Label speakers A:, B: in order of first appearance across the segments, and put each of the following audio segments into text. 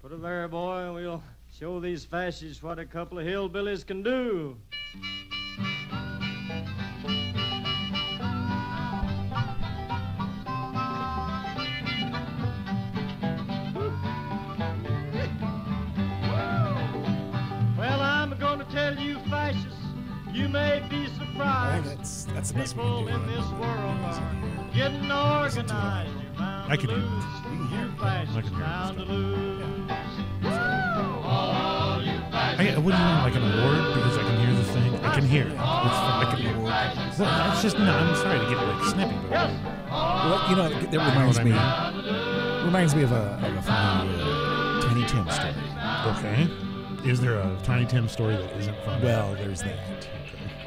A: Put him there, boy, and we'll show these fascists what a couple of hillbillies can do. Well, I'm gonna tell you, fascists, you may be
B: Well,
A: surprised.
B: that's that's the best way to
A: People
B: do it.
A: in this world are getting organized. You're bound
C: I can
A: to
C: hear it.
A: lose.
B: You can hear
A: You
B: it.
C: I can
A: fascists
C: hear it.
A: bound to lose.
C: I, I wouldn't want like an award because I can hear the thing. I can hear it. It's fun. I can, well, that's just no. I'm sorry to get like snippy, but
B: Well, you know, that reminds me reminds me of a, of a funny uh, Tiny Tim story.
C: okay. Is there a Tiny Tim story that isn't funny?
B: Well, there's that.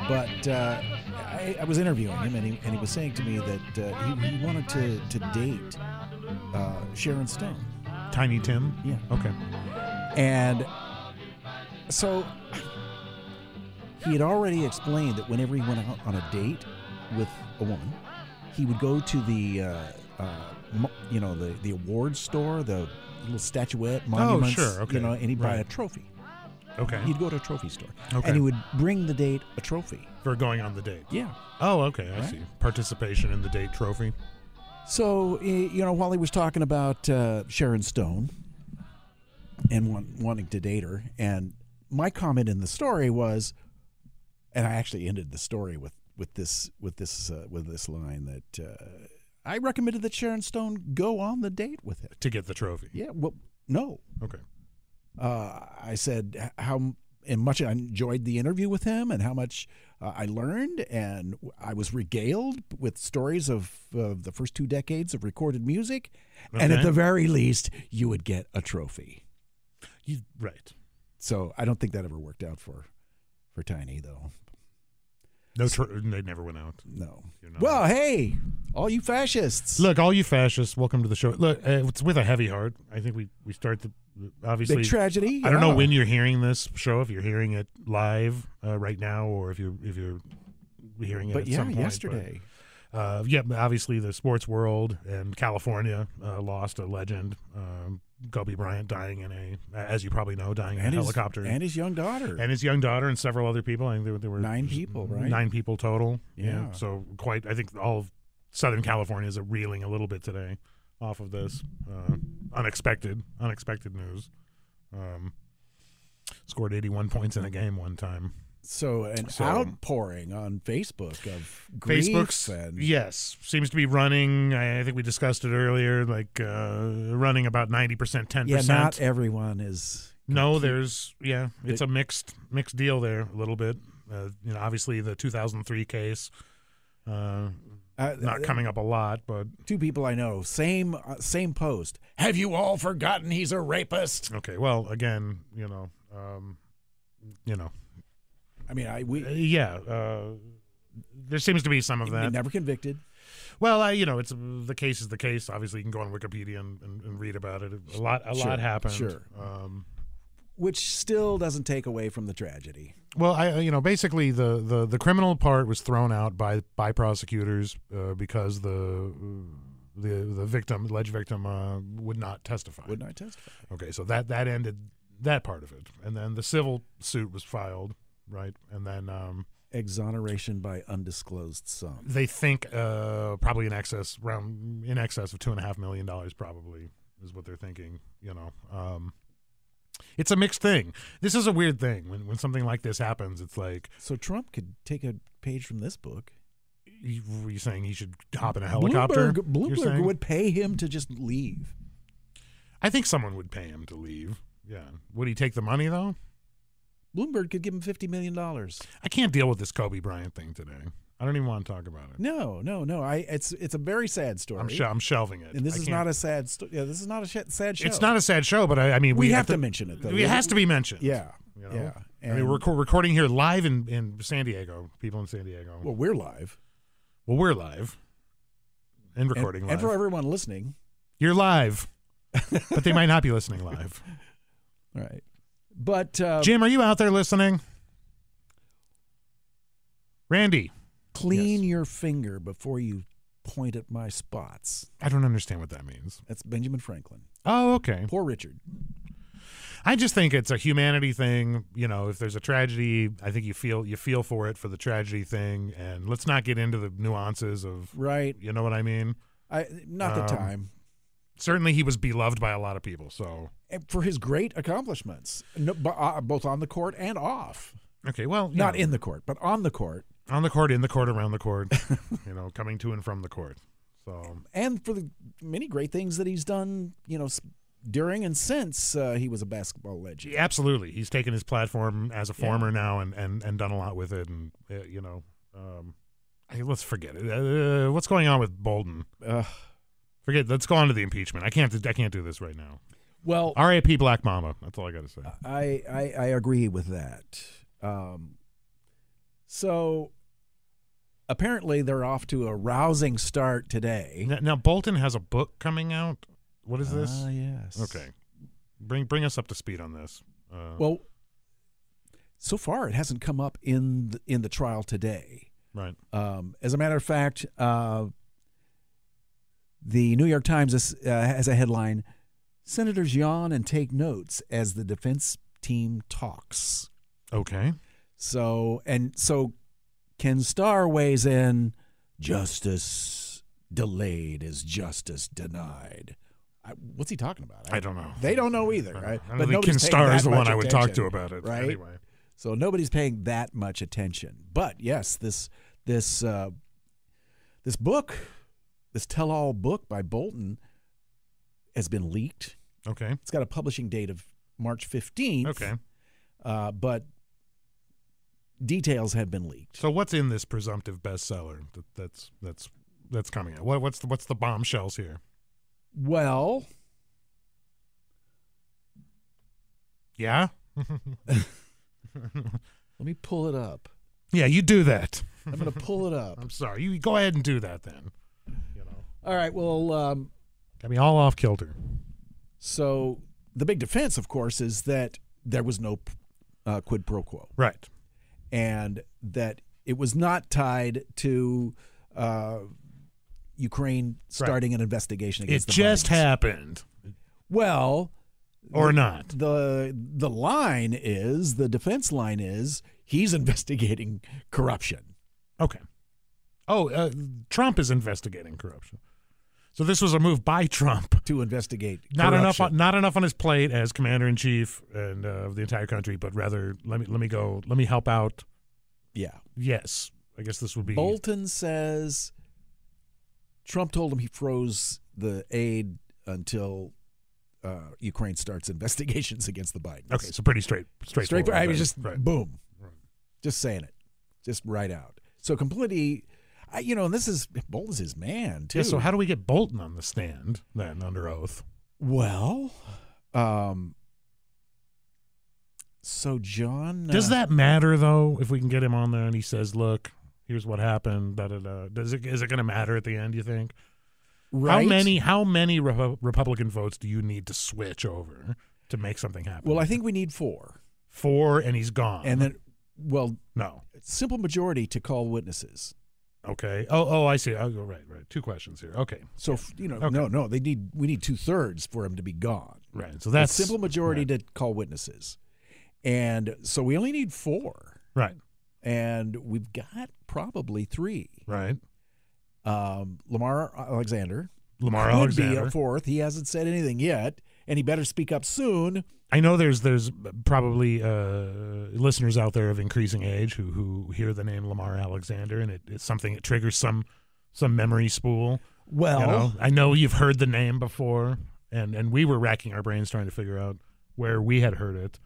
B: But uh, I, I was interviewing him, and he, and he was saying to me that uh, he, he wanted to to date uh, Sharon Stone.
C: Tiny Tim.
B: Yeah.
C: Okay.
B: And so he had already explained that whenever he went out on a date with a woman, he would go to the, uh, uh, mo- you know, the, the award store, the little statuette, monuments,
C: Oh, sure, okay,
B: you know, and he'd buy
C: right.
B: a trophy.
C: Okay.
B: He'd go to a trophy store.
C: Okay.
B: And he would bring the date a trophy.
C: For going on the date.
B: Yeah.
C: Oh, okay. I
B: Right.
C: see. Participation in the date trophy.
B: So, eh, you know, while he was talking about uh, Sharon Stone and want, wanting to date her, and my comment in the story was, and I actually ended the story with with this with this uh, with this line that uh, I recommended that Sharon Stone go on the date with it.
C: to get the trophy.
B: Yeah, well, no,
C: Okay.
B: uh, I said h- how m- and much I enjoyed the interview with him and how much uh, I learned and w- I was regaled with stories of uh, the first two decades of recorded music. And at
C: Okay.
B: the very least, you would get a trophy.
C: You right.
B: So I don't think that ever worked out for for Tiny though.
C: No, tro- they never went out.
B: No.
C: You're not-
B: Well, hey, all you fascists.
C: Look, all you fascists, welcome to the show. Look, uh, it's with a heavy heart. I think we we start the obviously.
B: big tragedy.
C: I don't know
B: Yeah.
C: when you're hearing this show. If you're hearing it live uh, right now, or if you're if you're hearing it
B: But
C: at
B: yeah,
C: some point, but,
B: yesterday.
C: uh, yeah, but obviously the sports world and California uh, lost a legend, um, Kobe Bryant, dying in a, as you probably know, dying in a
B: and his,
C: helicopter,
B: and his young daughter.
C: and his young daughter and several other people. I think there, were- there were
B: Nine people, right?
C: Nine people total.
B: Yeah.
C: So quite. I think all of Southern California is reeling a little bit today off of this uh, unexpected, unexpected news. Um, scored 81 points in a game one time.
B: so an
C: So-
B: outpouring on Facebook of grief
C: Facebook's
B: and
C: yes seems to be running. I, I think we discussed it earlier, like uh, running about 90 percent, 10
B: Yeah,
C: percent.
B: not everyone is.
C: No, there's yeah, it's a mixed mixed deal there a little bit. Uh, you know, obviously the 2003 case uh,
B: Uh,
C: not
B: uh,
C: coming up a lot, but
B: Two people I know, same uh, same post. Have you all forgotten he's a rapist?
C: okay. Well, again, you know, um, you know,
B: I mean, I we
C: uh, yeah. Uh, there seems to be some of that.
B: never convicted.
C: Well, I, you know, it's the case is the case. Obviously, you can go on Wikipedia and, and, and read about it. A lot, a
B: Sure,
C: lot happened.
B: sure.
C: Um,
B: Which still doesn't take away from the tragedy.
C: Well, I you know basically the, the, the criminal part was thrown out by by prosecutors uh, because the the the victim alleged victim uh, would not testify.
B: Would not testify.
C: Okay, so that that ended that part of it, and then the civil suit was filed, right? And then um,
B: Exoneration by undisclosed sum.
C: they think uh, probably in excess around in excess of two and a half million dollars probably is what they're thinking you know um, it's a mixed thing this is a weird thing when, when something like this happens it's like
B: So Trump could take a page from this book.
C: you, were you saying he should hop in a helicopter
B: Bloomberg,
C: You're
B: Bloomberg
C: saying?
B: would pay him to just leave.
C: i think someone would pay him to leave yeah would he take the money though
B: Bloomberg could give him fifty million dollars.
C: i can't deal with this kobe bryant thing today i don't even want to talk about it
B: No, no, no. I it's it's a very sad story.
C: i'm, sh- I'm shelving it
B: and this
C: I
B: is
C: can't-
B: not a sad. Sto- yeah, this is not a sh- sad show.
C: it's not a sad show but i, I mean we,
B: We have to mention it, though.
C: it has to be mentioned
B: Yeah.
C: You know?
B: Yeah.
C: I mean,
B: And-
C: we're reco- recording here live in, in San Diego. People in San Diego.
B: well,
C: Well,
B: we're live.
C: we're live and
B: And-
C: recording
B: and,
C: live.
B: for everyone listening,
C: You're live, but they might not be listening live.
B: all right. But uh,
C: Jim, are you out there listening? Randy,
B: clean your finger before you point at my spots.
C: I don't understand what that means.
B: That's Benjamin Franklin.
C: Oh, okay.
B: Poor Richard.
C: I just think it's a humanity thing. You know, if there's a tragedy, I think you feel you feel for it for the tragedy thing, and let's not get into the nuances of.
B: right?
C: You know what I mean?
B: I not the
C: Um,
B: time
C: Certainly, he was beloved by a lot of people. So
B: And for his great accomplishments, no, b- uh, both on the court and off.
C: okay, well,
B: Not
C: yeah,
B: in the court, but on the court,
C: on the court, in the court, around the court, you know, coming to and from the court. So
B: and for the many great things that he's done, you know, s- during and since uh, he was a basketball legend.
C: absolutely, he's taken his platform as a
B: Yeah.
C: former now and, and and done a lot with it, and uh, you know, um, hey, let's forget it. Uh, what's going on with Bolden?
B: Ugh.
C: Forget. Let's go on to the impeachment. I can't. I can't do this right now.
B: well,
C: R.A.P. Black Mama. That's all I got to
B: Uh,
C: say.
B: I, I I agree with that. Um, so apparently they're off to a rousing start today.
C: Now, now Bolton has a book coming out. What is this?
B: Ah, yes.
C: okay, bring bring us up to speed on this. Uh,
B: Well, so far it hasn't come up in the, in the trial today.
C: right.
B: Um, as a matter of fact, uh, the New York Times is, uh, has a headline: "Senators yawn and take notes as the defense team talks."
C: Okay.
B: So and so Ken Starr weighs in justice delayed is justice denied. I, what's he talking about?
C: I don't know.
B: They don't know either,
C: I don't-
B: right?
C: I don't think
B: nobody's
C: Ken
B: paying
C: Starr
B: that
C: is the one
B: much
C: I would talk
B: attention,
C: to about it.
B: right?
C: Anyway.
B: So nobody's paying that much attention. But yes, this this uh, this book, this tell-all book by Bolton, has been leaked.
C: Okay.
B: It's got a publishing date of March fifteenth.
C: Okay.
B: uh, but details have been leaked.
C: So what's in this presumptive bestseller? That, that's that's that's coming out. What what's the, what's the bombshells here?
B: Well,
C: Yeah.
B: let me pull it up.
C: yeah. You do that.
B: I'm going to pull it up.
C: I'm sorry. You go ahead and do that then. You know.
B: All right. Well, um,
C: Got me all off kilter.
B: so the big defense, of course, is that there was no uh, quid pro quo
C: Right.
B: and that it was not tied to uh, Ukraine starting an investigation
C: It
B: against the
C: just
B: Bidens.
C: happened.
B: Well,
C: Or not.
B: the the line is the defense line is he's investigating corruption.
C: Okay. Oh, uh, Trump is investigating corruption. So this was a move by Trump.
B: to investigate.
C: Not enough. On,
B: corruption.
C: not enough on his plate as commander in chief and uh, of the entire country, but rather let me let me go. Let me help out.
B: yeah.
C: Yes, I guess this would be
B: Bolton says Trump told him he froze the aid until uh, Ukraine starts investigations against the Bidens.
C: okay. So pretty straight, straight.
B: straight. I was just
C: right.
B: boom, just saying it, just right out. So completely, I, you know, and this is Bolton's his man too.
C: Yeah, so how do we get Bolton on the stand then under oath?
B: well, um, so John
C: Does
B: uh,
C: that matter though? If we can get him on there and he says, "Look, here's what happened," da da da. Does it is it going to matter at the end? You think? How
B: right?
C: many how many Repu- Republican votes do you need to switch over to make something happen?
B: Well, I think we need four,
C: four, and he's gone.
B: and then well,
C: no,
B: simple majority to call witnesses.
C: okay. Oh, oh, I see. Oh, right, right. Two questions here. Okay,
B: So f- you know,
C: Okay.
B: no, no, they need we need two thirds for him to be gone.
C: right. So that's
B: a simple majority to call witnesses, and so we only need four,
C: Right,
B: and we've got probably three.
C: right.
B: Um, Lamar Alexander
C: Lamar
B: could
C: Alexander.
B: be a fourth. He hasn't said anything yet, and he better speak up soon.
C: I know there's there's probably uh, listeners out there of increasing age who who hear the name Lamar Alexander and it, it's something that triggers some some memory spool.
B: Well,
C: You know, I know you've heard the name before, and and we were racking our brains trying to figure out where we had heard it.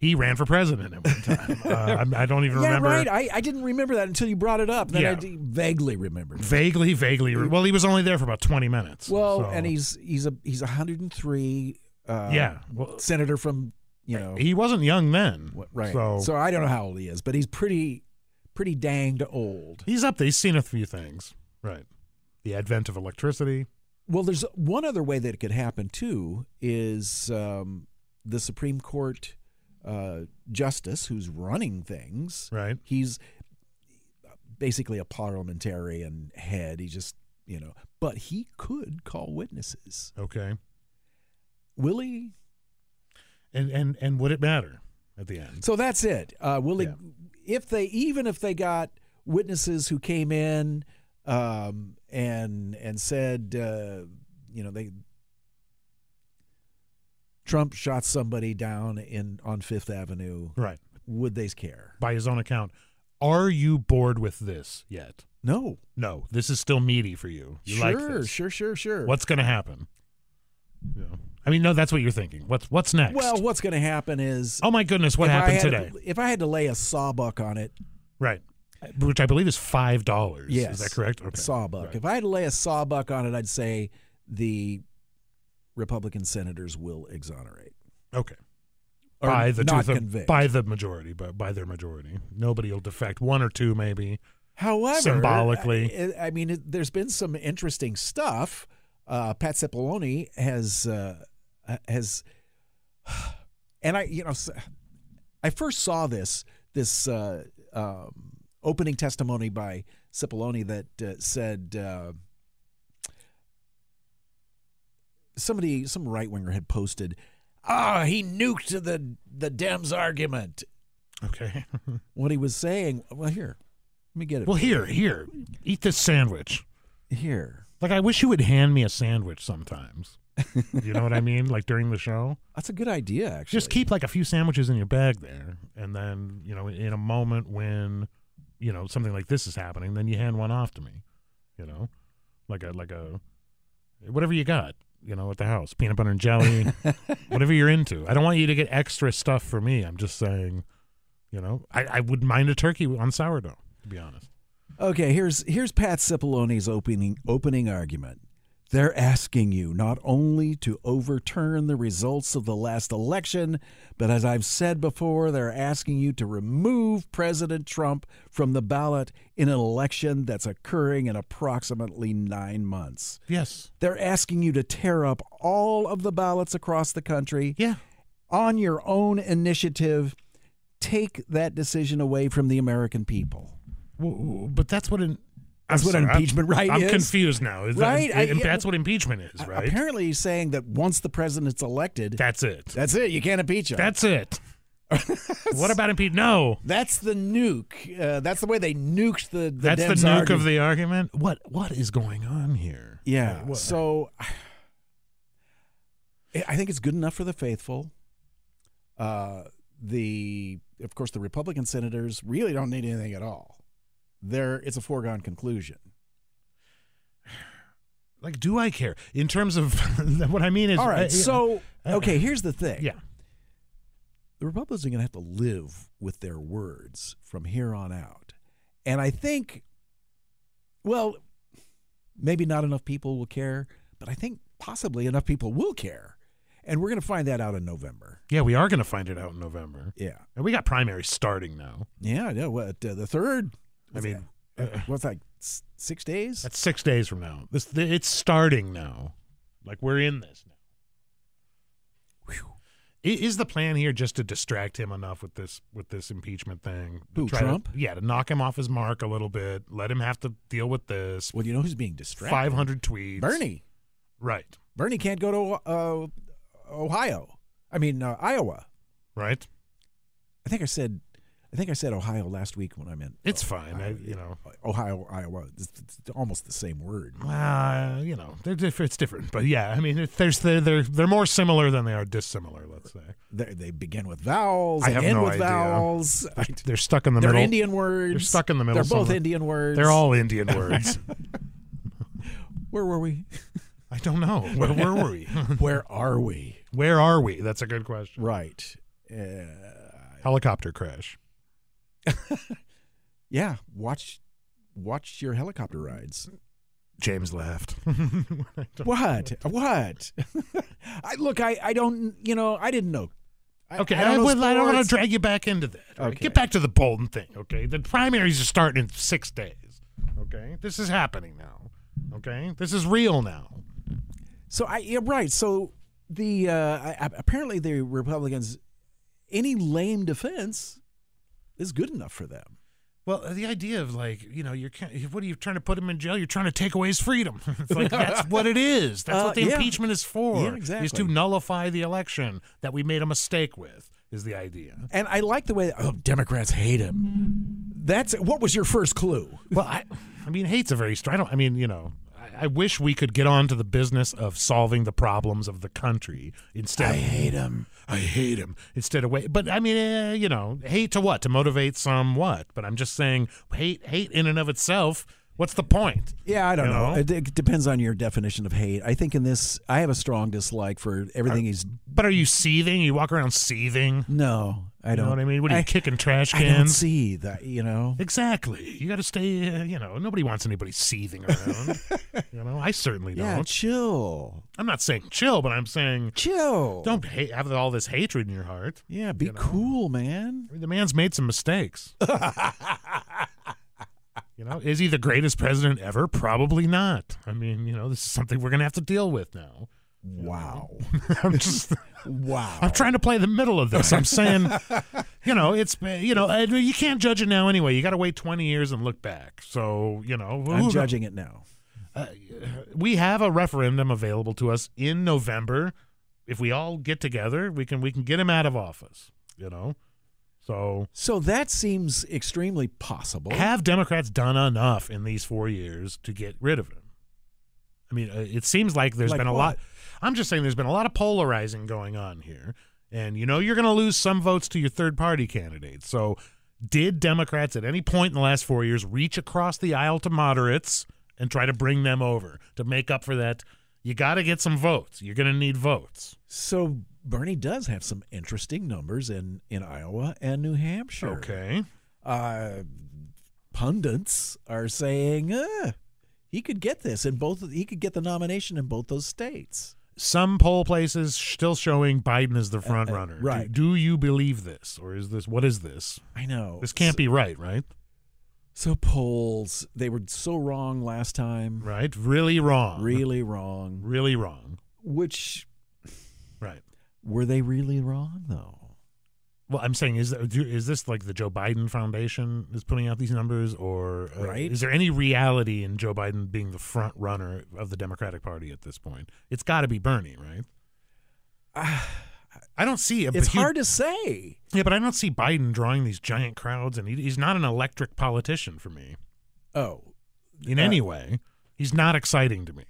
C: He ran for president at one time. uh, I, I don't even
B: yeah,
C: remember.
B: right. I, I didn't remember that until you brought it up. Then I
C: Yeah.
B: d- vaguely remembered.
C: Vaguely, vaguely. re- Well, he was only there for about twenty minutes.
B: Well,
C: so-
B: and he's he's a he's 103. Uh,
C: yeah. Well,
B: senator from you know
C: he wasn't young then.
B: What- Right.
C: So,
B: So, I don't know how old he is, but he's pretty, pretty danged old.
C: he's up there. He's seen a few things. Right. The advent of electricity.
B: Well, there's one other way that it could happen too is um, the Supreme Court uh, justice who's running things.
C: Right.
B: He's basically a parliamentarian head. He just you know, but he could call witnesses.
C: Okay.
B: Will he?
C: and and and would it matter at the end?
B: So that's it. Uh, will it, if they even if they got witnesses who came in um, and and said uh, you know they Trump shot somebody down in on Fifth Avenue,
C: Right.
B: would they care?
C: By his own account, are you bored with this yet?
B: No.
C: No, this is still meaty for you. You
B: sure,
C: like this.
B: sure, sure, sure.
C: What's going to happen? Yeah. I mean, no, that's what you're thinking. What's what's next?
B: well, what's going to happen is
C: oh my goodness,
B: if
C: what
B: I
C: happened
B: had
C: today?
B: To, if I had to lay a sawbuck on it,
C: Right. Which I believe is five dollars.
B: Yes.
C: Is that correct?
B: a sawbuck.
C: Right.
B: If I had to lay a sawbuck on it, I'd say the Republican senators will exonerate.
C: Okay.
B: Or
C: by the
B: not
C: two-third-
B: convict.
C: by the majority, but by their majority, nobody will defect. One or two, maybe.
B: However,
C: Symbolically.
B: I, I mean, it, there's been some interesting stuff. Uh, Pat Cipollone has uh, has, and I, you know, s- I first saw this this uh, um, opening testimony by Cipollone that uh, said uh, somebody, some right winger had posted, "Ah, he nuked the the Dems argument."
C: Okay.
B: What he was saying, well, here, let me get it.
C: well, here, here, eat this sandwich.
B: here.
C: Like I wish you would hand me a sandwich sometimes. you know what I mean? Like during the show,
B: That's a good idea, actually.
C: just keep like a few sandwiches in your bag there, and then you know, in a moment when you know something like this is happening, then you hand one off to me. You know, like a like a whatever you got. You know, at the house, peanut butter and jelly, whatever you're into. I don't want you to get extra stuff for me. I'm just saying, you know, I, I would mind a turkey on sourdough. To be honest,
B: Okay, here's here's Pat Cipollone's opening opening argument. They're asking you not only to overturn the results of the last election, but as I've said before, they're asking you to remove President Trump from the ballot in an election that's occurring in approximately 9 months.
C: yes,
B: They're asking you to tear up all of the ballots across the country.
C: yeah,
B: on your own initiative, take that decision away from the American people.
C: W- w- but that's what an
B: That's
C: I'm
B: what
C: sorry, I'm-
B: impeachment right
C: I'm
B: is.
C: confused now. Is that-
B: Right? I-
C: and
B: yeah.
C: that's what impeachment is, right?
B: Apparently, he's saying that once the president's elected,
C: that's it.
B: that's it. You can't impeach him.
C: That's it. what about impeachment? No,
B: that's the nuke. Uh, that's the way they nuked the. the
C: that's the
B: Dems
C: nuke
B: argument.
C: of the argument. What what is going on here?
B: Yeah.
C: Like, what-
B: So I I think it's good enough for the faithful. Uh, the of course the Republican senators really don't need anything at all. There, it's a foregone conclusion.
C: like, do I care in terms of what I mean? Is
B: All right.
C: uh,
B: So
C: Uh,
B: okay, here's the thing.
C: yeah,
B: the Republicans are going to have to live with their words from here on out. And I think, well, maybe not enough people will care, but I think possibly enough people will care. And we're going to find that out in November.
C: yeah, we are going to find it out in November,
B: Yeah.
C: and we got primaries starting now.
B: Yeah. No, what, uh, the third?
C: I mean, uh,
B: what's like s- six days?
C: that's six days from now. This th- it's starting now. Like we're in this now. I- Is the plan here just to distract him enough with this with this impeachment thing? To
B: Who,
C: try to-
B: Trump?
C: yeah, to knock him off his mark a little bit. Let him have to deal with this.
B: Well, you know who's being distracted?
C: Five hundred tweets.
B: Bernie.
C: Right.
B: Bernie can't go to uh, Ohio. I mean, uh, Iowa.
C: Right.
B: I think I said, I think I said Ohio last week when I meant
C: It's fine. I,
B: Oh, I-
C: you know.
B: Ohio, Iowa. It's, it's almost the same word.
C: Well, Uh, you know, they're diff- it's different, but yeah, I mean, it, there's they're, they're they're more similar than they are dissimilar. Let's say
B: They, they begin with vowels.
C: I
B: and
C: have
B: end
C: no
B: with
C: idea.
B: vowels. I-
C: they're stuck in the
B: they're
C: middle.
B: Indian words.
C: They're stuck in the middle
B: They're both
C: somewhere.
B: Indian words.
C: They're all Indian words.
B: Where were we?
C: I don't know. Where, where were we?
B: Where are we?
C: Where are we? That's a good question.
B: Right. Uh,
C: Helicopter crash.
B: yeah. Watch, watch your helicopter rides.
C: James left.
B: What? What? I look. I. I don't. You know. I didn't know. I,
C: okay,
B: I
C: I,
B: don't, know
C: would- I don't want to
B: sports.
C: drag you back into that. all right?
B: Okay.
C: Get back to the Bolton thing, okay? The primaries are starting in six days, okay? This is happening now, okay? This is real now.
B: So I yeah, right. So the uh, I, I- apparently the Republicans, any lame defense is good enough for them.
C: Well, the idea of like, you know, you're ki- what are you trying to put him in jail? You're trying to take away his freedom. it's like that's what it is. That's
B: Uh,
C: what the
B: yeah.
C: impeachment is for.
B: Yeah,
C: Is to
B: exactly.
C: nullify the election that we made a mistake with. Is the idea?
B: And I like the way oh, Democrats hate him. That's what was your first clue?
C: Well, I, I mean, hate's a very str- I don't. I mean, you know, I, I wish we could get on to the business of solving the problems of the country instead.
B: I
C: of
B: hate him.
C: I hate him instead of wait. But I mean, eh, you know, hate to what? To motivate some what? But I'm just saying, hate, hate in and of itself. What's the point?
B: Yeah, I don't
C: You
B: know.
C: know?
B: It, it depends on your definition of hate. I think in this, I have a strong dislike for everything he's.
C: But are you seething? You walk around seething.
B: No, I
C: You
B: don't.
C: know what I mean? What are you kicking trash
B: I don't
C: cans?
B: see that. You know.
C: Exactly. You got to stay. Uh, you know, nobody wants anybody seething around. you know, I certainly
B: Yeah,
C: don't.
B: chill,
C: I'm not saying chill, but I'm saying
B: chill.
C: don't hate, have all this hatred in your heart.
B: Yeah, be cool, man.
C: I mean, the man's made some mistakes. you know, is he the greatest president ever? Probably not. I mean, you know, this is something we're going to have to deal with now.
B: Wow,
C: I'm just.
B: wow.
C: I'm trying to play the middle of this. I'm saying, you know, it's you know, I- you can't judge it now anyway. You got to wait 20 years and look back. So you know,
B: I'm
C: who-
B: judging it now.
C: we have a referendum available to us in November. If we all get together, we can we can get him out of office. You know, so
B: So that seems extremely possible.
C: have Democrats done enough in these four years to get rid of him? I mean, uh, it seems like there's
B: Like
C: been a
B: what?
C: lot. I'm just saying there's been a lot of polarizing going on here. And you know, you're going to lose some votes to your third party candidates. So, did Democrats at any point in the last four years reach across the aisle to moderates and try to bring them over to make up for that? You got to get some votes. You're going to need votes.
B: So Bernie does have some interesting numbers in in Iowa and New Hampshire.
C: Okay.
B: uh, pundits are saying uh, he could get this in both. He could get the nomination in both those states.
C: some poll places still showing Biden as the front
B: uh,
C: runner. Do-
B: right.
C: Do, you believe this, or is this what is this?
B: I know
C: This can't be right, right?
B: So polls, they were so wrong last time.
C: Right? Really wrong.
B: Really wrong.
C: really wrong.
B: Which
C: Right.
B: were they really wrong though?
C: Well, I'm saying is do- is this like the Joe Biden Foundation is putting out these numbers, or uh,
B: Right.
C: is there any reality in Joe Biden being the front runner of the Democratic Party at this point? It's got to be Bernie, right? I don't see a
B: Ah, It's
C: huge-
B: hard to say.
C: Yeah, but I don't see Biden drawing these giant crowds, and he, he's not an electric politician for me.
B: Oh,
C: in
B: Uh,
C: any way. He's not exciting to me.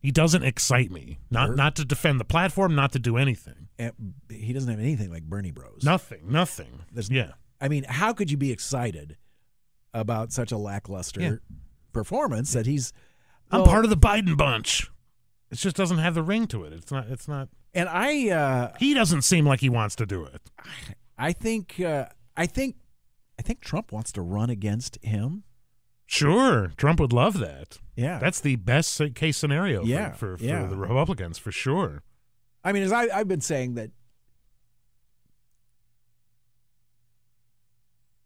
C: He doesn't excite me. Not
B: Sure.
C: not to defend the platform, not to do anything.
B: eh, he doesn't have anything like Bernie Bros.
C: Nothing. Nothing.
B: There's-
C: yeah.
B: I mean, how could you be excited about such a lackluster
C: Yeah.
B: performance that he's?
C: I'm part of the Biden bunch. It just doesn't have the ring to it. It's not it's not
B: And I, uh,
C: he doesn't seem like he wants to do it.
B: I think uh, I think I think Trump wants to run against him.
C: Sure. Trump would love that.
B: Yeah,
C: That's the best case scenario for-
B: Yeah,
C: for, for,
B: yeah.
C: the Republicans for sure.
B: I mean, as I, I've been saying that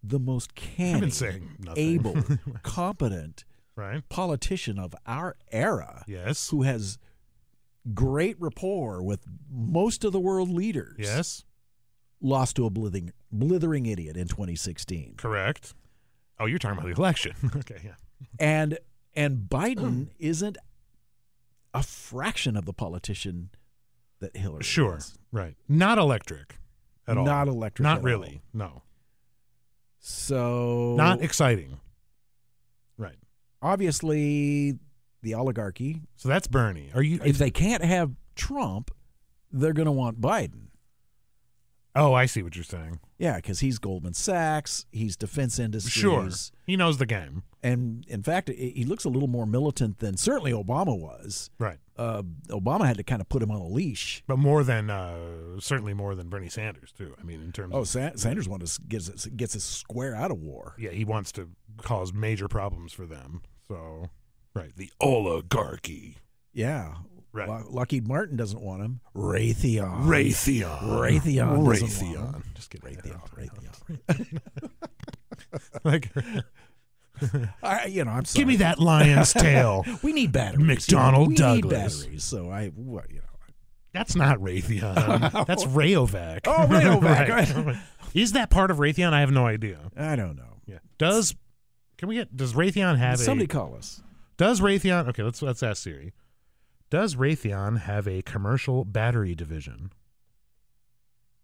B: the most canny,
C: I've been saying nothing.
B: able, competent
C: right?
B: politician of our era,
C: Yes.
B: who has great rapport with most of the world leaders,
C: Yes.
B: lost to a blithering, blithering idiot in 2016.
C: Correct. Oh, you're talking about the election. okay, yeah.
B: and and Biden isn't a fraction of the politician that Hillary
C: Sure.
B: was.
C: Right. Not electric at all.
B: Not electric
C: Not
B: at
C: really. No.
B: So
C: Not exciting. Right.
B: obviously the oligarchy.
C: So that's Bernie. Are you?
B: If they can't have Trump, they're going to want Biden.
C: oh, I see what you're saying.
B: Yeah, because he's Goldman Sachs, he's defense industries.
C: Sure. He knows the game.
B: And in fact, i- he looks a little more militant than certainly Obama was.
C: Right.
B: Uh, Obama had to kind of put him on a leash.
C: But more than uh, certainly more than Bernie Sanders too. I mean, in terms.
B: Oh,
C: of,
B: Sa- Sanders wants to gets us- gets us square out of war.
C: yeah, he wants to cause major problems for them. So, right, the oligarchy,
B: Yeah.
C: Right.
B: Lo- Lockheed Martin doesn't want him. Raytheon.
C: Raytheon,
B: Raytheon doesn't want
C: Raytheon.
B: him.
C: Just kidding.
B: Raytheon. Raytheon.
C: like,
B: I, you know, I'm sorry.
C: give me that lion's tail.
B: We need batteries.
C: McDonnell
B: you know, we
C: Douglas.
B: Need batteries. So I, what, you know.
C: That's not Raytheon. That's Rayovac.
B: Oh, Rayovac.
C: Right. Is that part of Raytheon? I have no idea.
B: I don't know.
C: Yeah. Does can we get does Raytheon have
B: Somebody
C: a
B: call us.
C: does Raytheon okay? Let's let's ask Siri. Does Raytheon have a commercial battery division?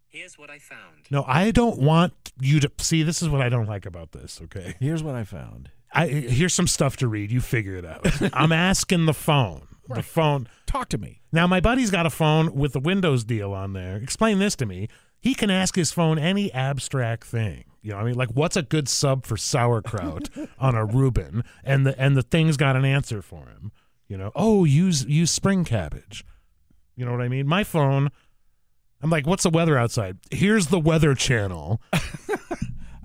D: Here's what I found.
C: No, I don't want you to see. This is what I don't like about this. Okay,
B: Here's what I found.
C: I here's some stuff to read. You figure it out. I'm asking the phone. The phone.
B: Talk to me.
C: Now, my buddy's got a phone with the Windows deal on there. Explain this to me. He can ask his phone any abstract thing. You know, what I mean, like, what's a good sub for sauerkraut on a Reuben? And the and the thing's got an answer for him. You know, oh, use use spring cabbage. You know what I mean? My phone. I'm like, what's the weather outside? Here's the weather channel.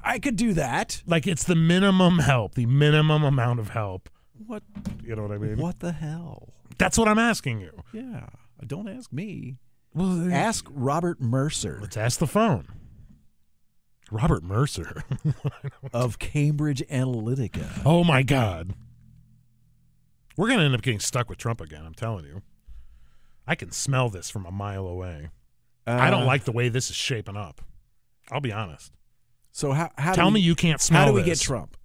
B: I could do that.
C: Like, it's the minimum help, the minimum amount of help.
B: What?
C: You know what I mean?
B: What the hell?
C: That's what I'm asking you.
B: Yeah. Don't ask me.
C: Well,
B: Ask Robert Mercer
C: Let's ask the phone. Robert Mercer.
B: of Cambridge Analytica.
C: oh my God. We're going to end up getting stuck with Trump again, I'm telling you. I can smell this from a mile away. I don't
B: Uh,
C: like the way this is shaping up. I'll be honest.
B: So how? how do
C: Tell
B: we-
C: me you can't smell
B: How do we
C: this.
B: get Trump?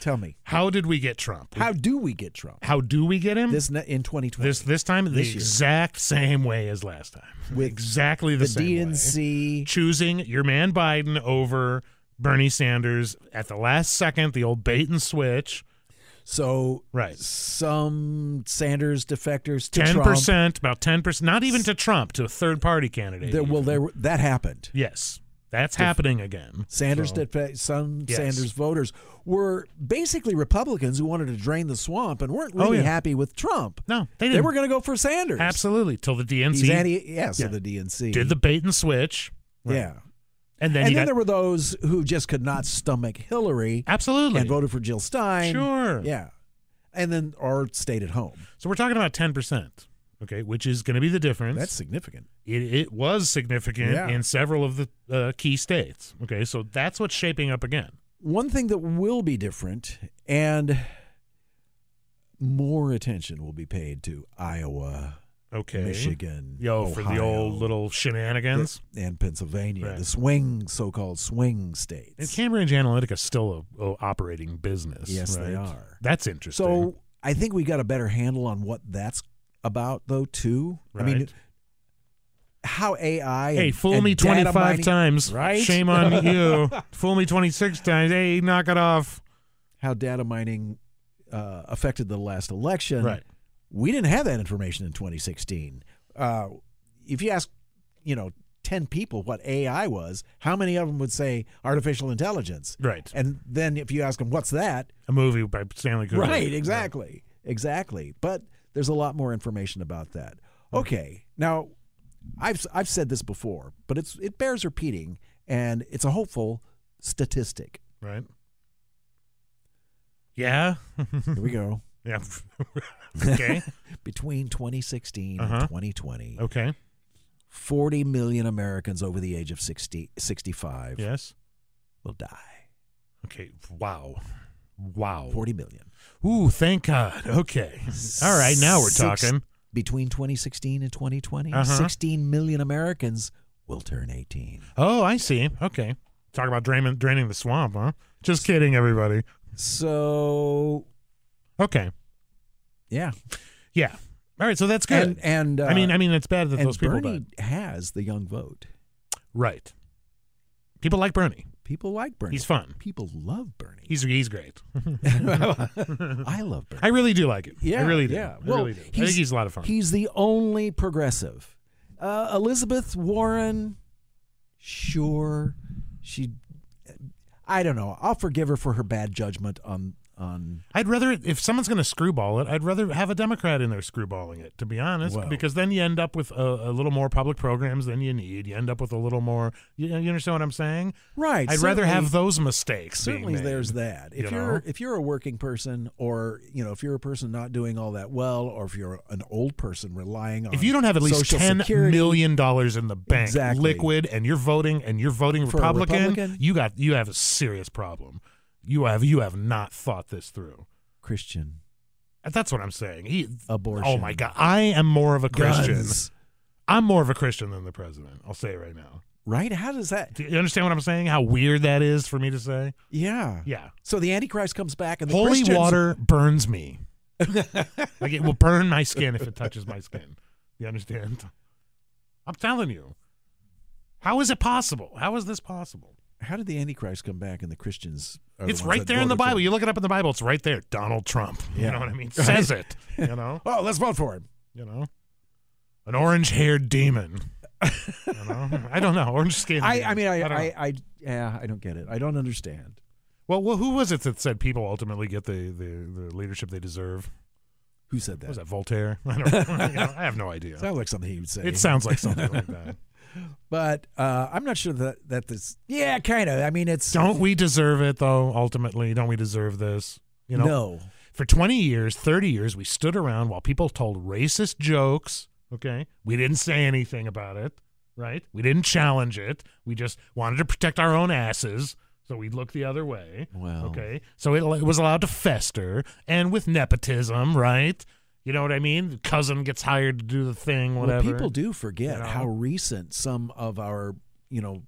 B: Tell me.
C: How did we get Trump?
B: How do we get Trump?
C: How do we get him?
B: This ne- in 2020.
C: this, this time, the
B: This year.
C: exact same way as last time.
B: With
C: exactly the,
B: the
C: same way.
B: DNC.
C: choosing your man Biden over Bernie Sanders at the last second, the old bait and switch.
B: So
C: Right.
B: some Sanders defectors to
C: Ten
B: Trump.
C: percent, about ten percent, not even to Trump, to a third party candidate.
B: There, well, there that happened.
C: yes, that's happening again.
B: Sanders
C: So-
B: defe- some
C: Yes.
B: Sanders voters were basically Republicans who wanted to drain the swamp and weren't
C: Oh,
B: really
C: yeah.
B: happy with Trump.
C: No,
B: they
C: they didn't.
B: were going to go for Sanders.
C: absolutely till the
B: He's
C: DNC
B: anti- yeah, so
C: Yeah.
B: the DNC
C: did the bait and switch. Right.
B: yeah,
C: and then
B: and,
C: you
B: then
C: got
B: there were those who just could not stomach Hillary
C: absolutely
B: and voted for Jill Stein.
C: Sure.
B: yeah, and then or stayed at home.
C: So we're talking about ten percent, okay, which is going to be the difference.
B: That's significant.
C: it, it was significant
B: Yeah.
C: in several of the uh, key states. Okay, so that's what's shaping up again.
B: One thing that will be different and more attention will be paid to Iowa,
C: Okay,
B: Michigan,
C: Yo, for the old
B: Ohio.
C: little shenanigans.
B: and Pennsylvania,
C: Right.
B: the swing, so-called swing states.
C: And Cambridge Analytica is still a, a operating business.
B: Yes, they
C: right?
B: are.
C: That's interesting.
B: so I think we got a better handle on what that's about, though. Too. I mean,
C: Right.
B: how AI.
C: hey,
B: and-
C: fool
B: and
C: me
B: data
C: twenty five
B: mining-
C: times.
B: right?
C: Shame on you. fool me twenty six times. Hey, knock it off.
B: How data mining uh, affected the last election.
C: Right.
B: We didn't have that information in 2016. Uh, if you ask, you know, 10 people what AI was, how many of them would say artificial intelligence?
C: Right.
B: And then if you ask them, what's that?
C: A movie by Stanley Kubrick.
B: Right, exactly. Exactly. But there's a lot more information about that. Okay. Now, I've I've said this before, but it's it bears repeating and it's a hopeful statistic.
C: Right. Right. Yeah.
B: Here we go.
C: yeah. okay.
B: Between 2016
C: Uh-huh.
B: and 2020,
C: Okay.
B: 40 million Americans over the age of 60 65
C: Yes.
B: will die.
C: Okay. Wow. Wow.
B: 40 million.
C: Ooh, thank God. Okay. All right. Now we're
B: Six-
C: talking.
B: Between 2016 and 2020,
C: Uh-huh.
B: 16 million Americans will turn 18.
C: Oh, I see. Okay. Talk about draining draining the swamp, huh? Just kidding, everybody.
B: So,
C: Okay.
B: yeah.
C: Yeah. All right. So that's good.
B: And and uh,
C: I mean, I mean, it's bad that
B: and
C: those people
B: Bernie
C: died.
B: has the young vote.
C: Right. People like Bernie.
B: People like Bernie.
C: He's fun.
B: People love Bernie.
C: He's he's great.
B: I love Bernie.
C: I really do like him.
B: yeah,
C: I really do.
B: Yeah.
C: I
B: Well,
C: really do. I think he's a lot of fun.
B: He's the only progressive. Uh, Elizabeth Warren, sure, she. I don't know. I'll forgive her for her bad judgment on on.
C: I'd rather if someone's going to screwball it, I'd rather have a Democrat in there screwballing it. To be honest,
B: Well.
C: because then you end up with a, a little more public programs than you need. You end up with a little more. You, you understand what I'm saying?
B: Right.
C: I'd rather have
B: certainly-
C: those mistakes. being
B: Certainly,
C: made.
B: there's that. If
C: you
B: you are
C: know?
B: if you're a working person, or you know, if you're a person not doing all that well, or if you're an old person relying on
C: If you don't have at least
B: Um, Social
C: ten million
B: Security-
C: dollars in the bank,
B: Exactly.
C: liquid, and you're voting and you're voting
B: For a
C: Republican,
B: Republican?
C: you got you have a serious problem. You have you have not thought this through.
B: Christian
C: That's what I'm saying. He,
B: abortion.
C: oh my God, I am more of a Christian.
B: Guns.
C: I'm more of a Christian than the president. I'll say it right now.
B: right? How does that?
C: Do you understand what I'm saying? How weird that is for me to say?
B: Yeah.
C: Yeah.
B: So the Antichrist comes back, and the
C: Holy
B: Christians-
C: water burns me. like it will burn my skin if it touches my skin. You understand? I'm telling you. How is it possible? How is this possible?
B: How did the Antichrist come back, and the Christians? are the
C: it's
B: ones
C: right
B: that
C: there in the
B: voted for
C: Bible.
B: him?
C: You look it up in the Bible, it's right there. Donald Trump.
B: Yeah.
C: You know what I mean? Says it. You know?
B: Oh, let's vote for him.
C: You know? An orange haired demon. You know? I don't know. Orange skin.
B: I, I mean, I,
C: don't know.
B: I, I, yeah, I don't get it. I don't understand.
C: Well, well, who was it that said people ultimately get the, the, the leadership they deserve?
B: Who said that?
C: Was that Voltaire? I don't know. You know, I have no idea.
B: Sounds like something he would say.
C: It sounds like something like that.
B: but uh, I'm not sure that that this. Yeah, kind of. I mean, it's
C: Don't we deserve it though? Ultimately, don't we deserve this? You know,
B: no.
C: for 20 years, 30 years, we stood around while people told racist jokes. Okay. We didn't say anything about it, right? We didn't challenge it. We just wanted to protect our own asses. So we looked the other way.
B: Wow.
C: Okay. So it, it was allowed to fester and with nepotism, right? You know what I mean? The cousin gets hired to do the thing, whatever.
B: Well, people do forget
C: You know?
B: how recent some of our, you know,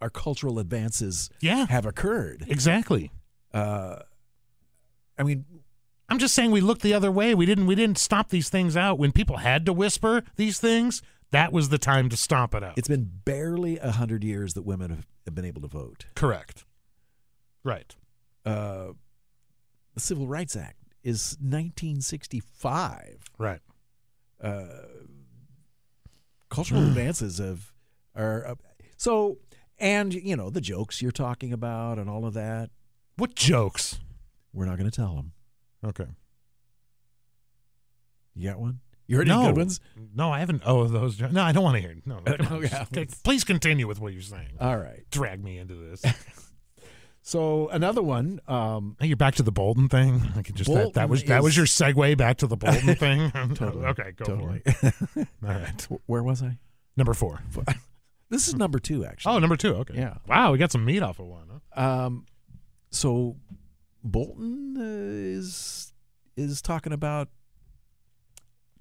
B: our cultural advances
C: Yeah.
B: have occurred.
C: Exactly.
B: Uh, I mean,
C: I'm just saying we looked the other way. We didn't we didn't stop these things out when people had to whisper these things. That was the time to stomp it out.
B: it's been barely a hundred years that women have, have been able to vote.
C: correct. Right.
B: Uh, the Civil Rights Act is 1965.
C: Right.
B: uh, cultural advances of are uh, so and you know the jokes you're talking about and all of that
C: What jokes?
B: we're not going to tell them
C: Okay.
B: you got one you heard
C: no.
B: any good ones
C: No, I haven't. Oh, those. jo- No, I don't want to hear. No.
B: Uh,
C: come on.
B: okay.
C: Just- okay, Please continue with what you're saying.
B: all right
C: Drag me into this. now
B: so another one um
C: you're back to the Bolton thing. I could just that, that was
B: Bolton
C: that was
B: is-
C: your segue back to the Bolton thing. Okay. Go
B: totally
C: for it. All right.
B: where was i
C: Number four.
B: this is number two actually
C: Oh, number two. Okay.
B: Yeah.
C: Wow, we got some meat off of one. Huh?
B: um so bolton uh, is is talking about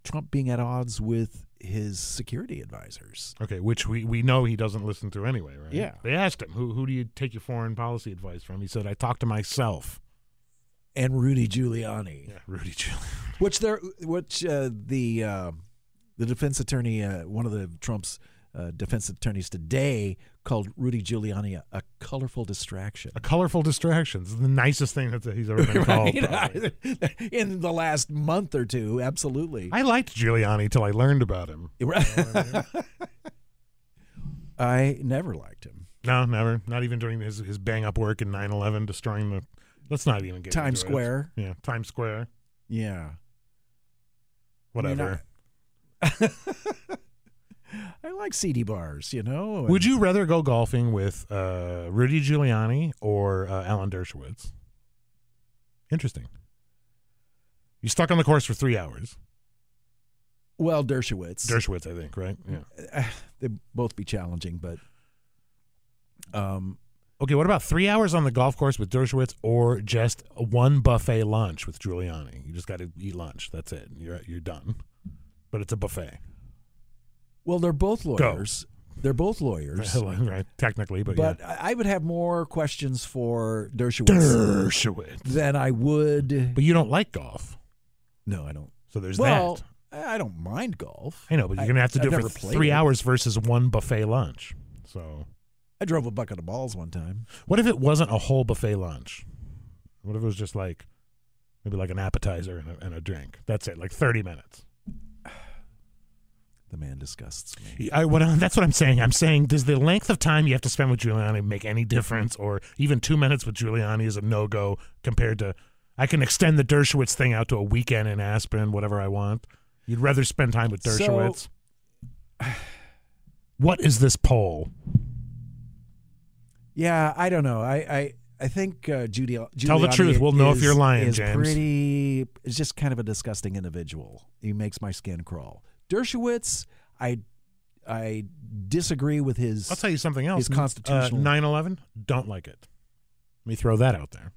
B: trump being at odds with his security advisors
C: Okay, which we, we know he doesn't listen to anyway, right?
B: Yeah.
C: They asked him, who, who do you take your foreign policy advice from? He said, I talk to myself.
B: and rudy giuliani
C: Yeah, Rudy Giuliani.
B: Which there, which uh, the uh, the defense attorney, uh, one of the Trump's uh, defense attorneys today, called Rudy Giuliani a, a colorful distraction.
C: A colorful distraction. This is the nicest thing that he's ever been called. probably.
B: In the last month or two, absolutely.
C: I liked Giuliani till I learned about him.
B: I never liked him.
C: No, never. Not even during his, his bang up work in 9 11, destroying the. Let's not even get
B: Times
C: into it.
B: Square.
C: Yeah, Times Square.
B: Yeah.
C: Whatever.
B: I like CD bars, you know. and-
C: Would you rather go golfing with uh, Rudy Giuliani or uh, Alan Dershowitz? Interesting. You stuck on the course for three hours.
B: Well, Dershowitz.
C: Dershowitz, I think, right? Yeah.
B: They'd both be challenging, but um,
C: Okay, what about three hours on the golf course with Dershowitz or just one buffet lunch with Giuliani? You just got to eat lunch. That's it. You're you're done. But it's a buffet,
B: well, they're both lawyers. They're both lawyers.
C: right? Technically, but,
B: But
C: yeah.
B: I I would have more questions for Dershowitz
C: Dershowitz.
B: than I would.
C: But you don't like golf,
B: No, I don't.
C: so there's
B: well,
C: that.
B: I don't mind golf.
C: I know, but you're
B: I-
C: gonna have to do
B: I've
C: it for
B: never played
C: three
B: it.
C: hours versus one buffet lunch. So
B: I drove a bucket of balls one time.
C: What if it wasn't a whole buffet lunch? What if it was just like maybe like an appetizer and a, and a drink? That's it, like thirty minutes.
B: The man disgusts me.
C: I, what, I- that's what I'm saying. I'm saying does the length of time you have to spend with Giuliani make any difference, or even two minutes with Giuliani is a no go compared to I can extend the Dershowitz thing out to a weekend in Aspen, whatever I want. You'd rather spend time with
B: So-
C: Dershowitz. what is this poll?
B: Yeah, I don't know. I I, I think uh, Judy.
C: Tell the truth. We'll know if you're lying,
B: is
C: James.
B: Pretty. Is just kind of a disgusting individual. He makes my skin crawl. Dershowitz, I I disagree with his.
C: I'll tell you something else. uh,
B: Is constitutional.
C: Nine eleven. Don't like it. Let me throw that out there.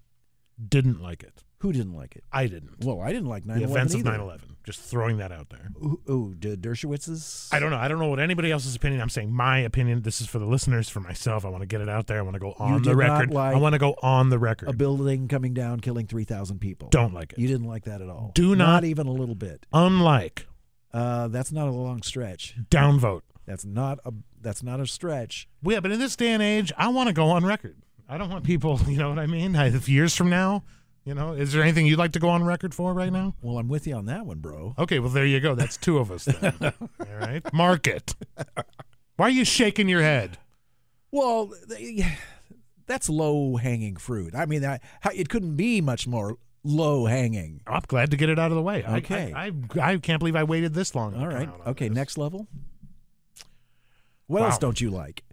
C: Didn't like it.
B: Who didn't like it?
C: I didn't.
B: Well, I didn't like 9
C: The
B: 11.
C: events of
B: either.
C: 9 11. Just throwing that out there.
B: Ooh, ooh, did Dershowitz's?
C: I don't know. I don't know what anybody else's opinion. I'm saying my opinion. This is for the listeners, for myself. I want to get it out there. I want to go on the
B: did not
C: record.
B: like
C: I want to go on the
B: A
C: record.
B: building coming down, killing 3,000 people.
C: don't like it.
B: You didn't like that at all.
C: Do
B: Not
C: not-
B: even a little bit.
C: Unlike
B: Uh, that's not a long stretch.
C: downvote.
B: That's not a that's not a stretch.
C: Well, Yeah, but in this day and age, I want to go on record. I don't want people, you know what I mean? I, if years from now, you know, is there anything you'd like to go on record for right now?
B: Well, I'm with you on that one, bro.
C: Okay, well, there you go. That's two of us then. All right. Mark it. Why are you shaking your head?
B: Well, they, that's low hanging fruit. I mean, I, how- it couldn't be much more low hanging.
C: I'm glad to get it out of the way. I-
B: Okay.
C: I, I, I can't believe I waited this long. to
B: All
C: come
B: right.
C: out on
B: Okay.
C: this.
B: Next level. What
C: Wow.
B: else don't you like?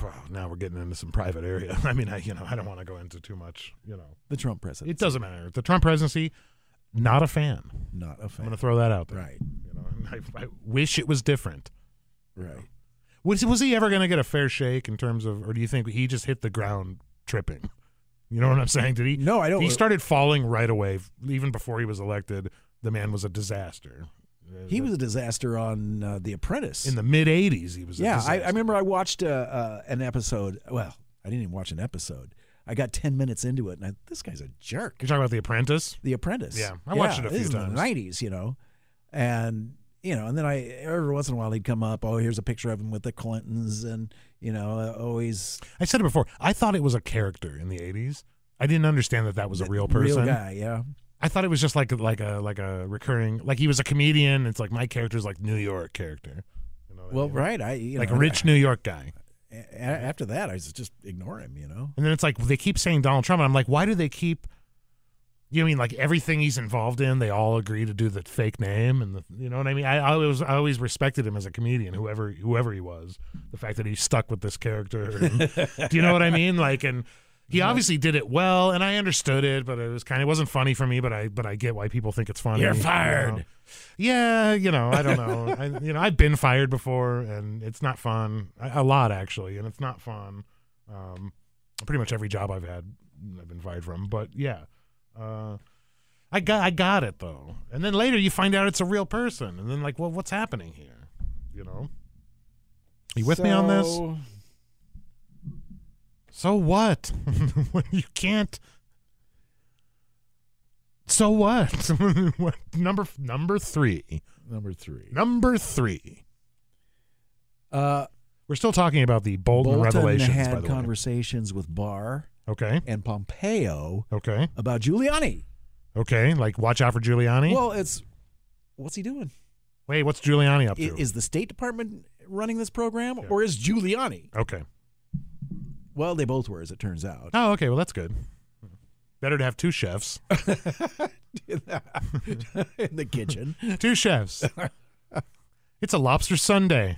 C: Well, now we're getting into some private area. I mean, I, you know, I don't want to go into too much, you know.
B: The Trump president.
C: It doesn't matter. The Trump presidency, not a fan.
B: Not a
C: I'm
B: fan.
C: going to throw that out there.
B: Right.
C: You know, and I, I wish it was different.
B: Right.
C: Was was he ever going to get a fair shake in terms of, or do you think he just hit the ground tripping? You know what I'm saying? Did he?
B: No, I don't.
C: He started falling right away, even before he was elected. The man was a disaster.
B: He was a disaster on uh, The Apprentice.
C: in the mid '80s. He was. a
B: yeah, I,
C: disaster.
B: I remember I watched uh, uh, an episode. Well, I didn't even watch an episode. I got ten minutes into it, and I, this guy's a jerk.
C: You're talking about The Apprentice.
B: The Apprentice.
C: Yeah, I watched it a
B: this
C: few
B: is In
C: times.
B: the nineties, you know, and you know, and then I every once in a while he'd come up. Oh, here's a picture of him with the Clintons, and you know, uh, oh, always
C: I said it before. I thought it was a character in the '80s. I didn't understand that that was a real person.
B: real guy. Yeah,
C: I thought it was just like like a like a recurring like he was a comedian. It's like my character's like New York character. You know what I
B: well,
C: mean?
B: right. I you
C: like
B: know,
C: a rich New York guy.
B: a- a- after that, I just just ignore him. You know,
C: And then it's like they keep saying Donald Trump, and I'm like, why do they keep? You know what I mean like everything he's involved in, they all agree to do the fake name, and the, you know what I mean. I, I always I always respected him as a comedian, whoever whoever he was. The fact that he stuck with this character, and- do you know what I mean? Like, and he obviously did it well, and I understood it, but it was kind of it wasn't funny for me. But I but I get why people think it's funny.
B: You're
C: you know?
B: fired.
C: Yeah, you know, I don't know. I, you know, I've been fired before, and it's not fun. A a lot actually, and it's not fun. Um, pretty much every job I've had, I've been fired from. But yeah, uh, I got I got it though. And then later you find out it's a real person, and then like, well, what's happening here? You know. You with me on this? So what? What- you can't. So what? What- number number three.
B: Number three.
C: Number three.
B: Uh,
C: We're still talking about the Bolton,
B: Bolton
C: revelations, by
B: had
C: the
B: conversations with Barr
C: way. Okay.
B: and Pompeo
C: Okay.
B: about Giuliani.
C: Okay. Like, watch out for Giuliani.
B: Well, it's what's he doing?
C: Wait, what's Giuliani up
B: I-
C: to?
B: Is the State Department running this program,
C: Yeah.
B: or is Giuliani?
C: okay.
B: Well, they both were, as it turns out.
C: Oh, okay. Well, that's good. Better to have two chefs.
B: in the kitchen.
C: two chefs. It's a lobster Sunday.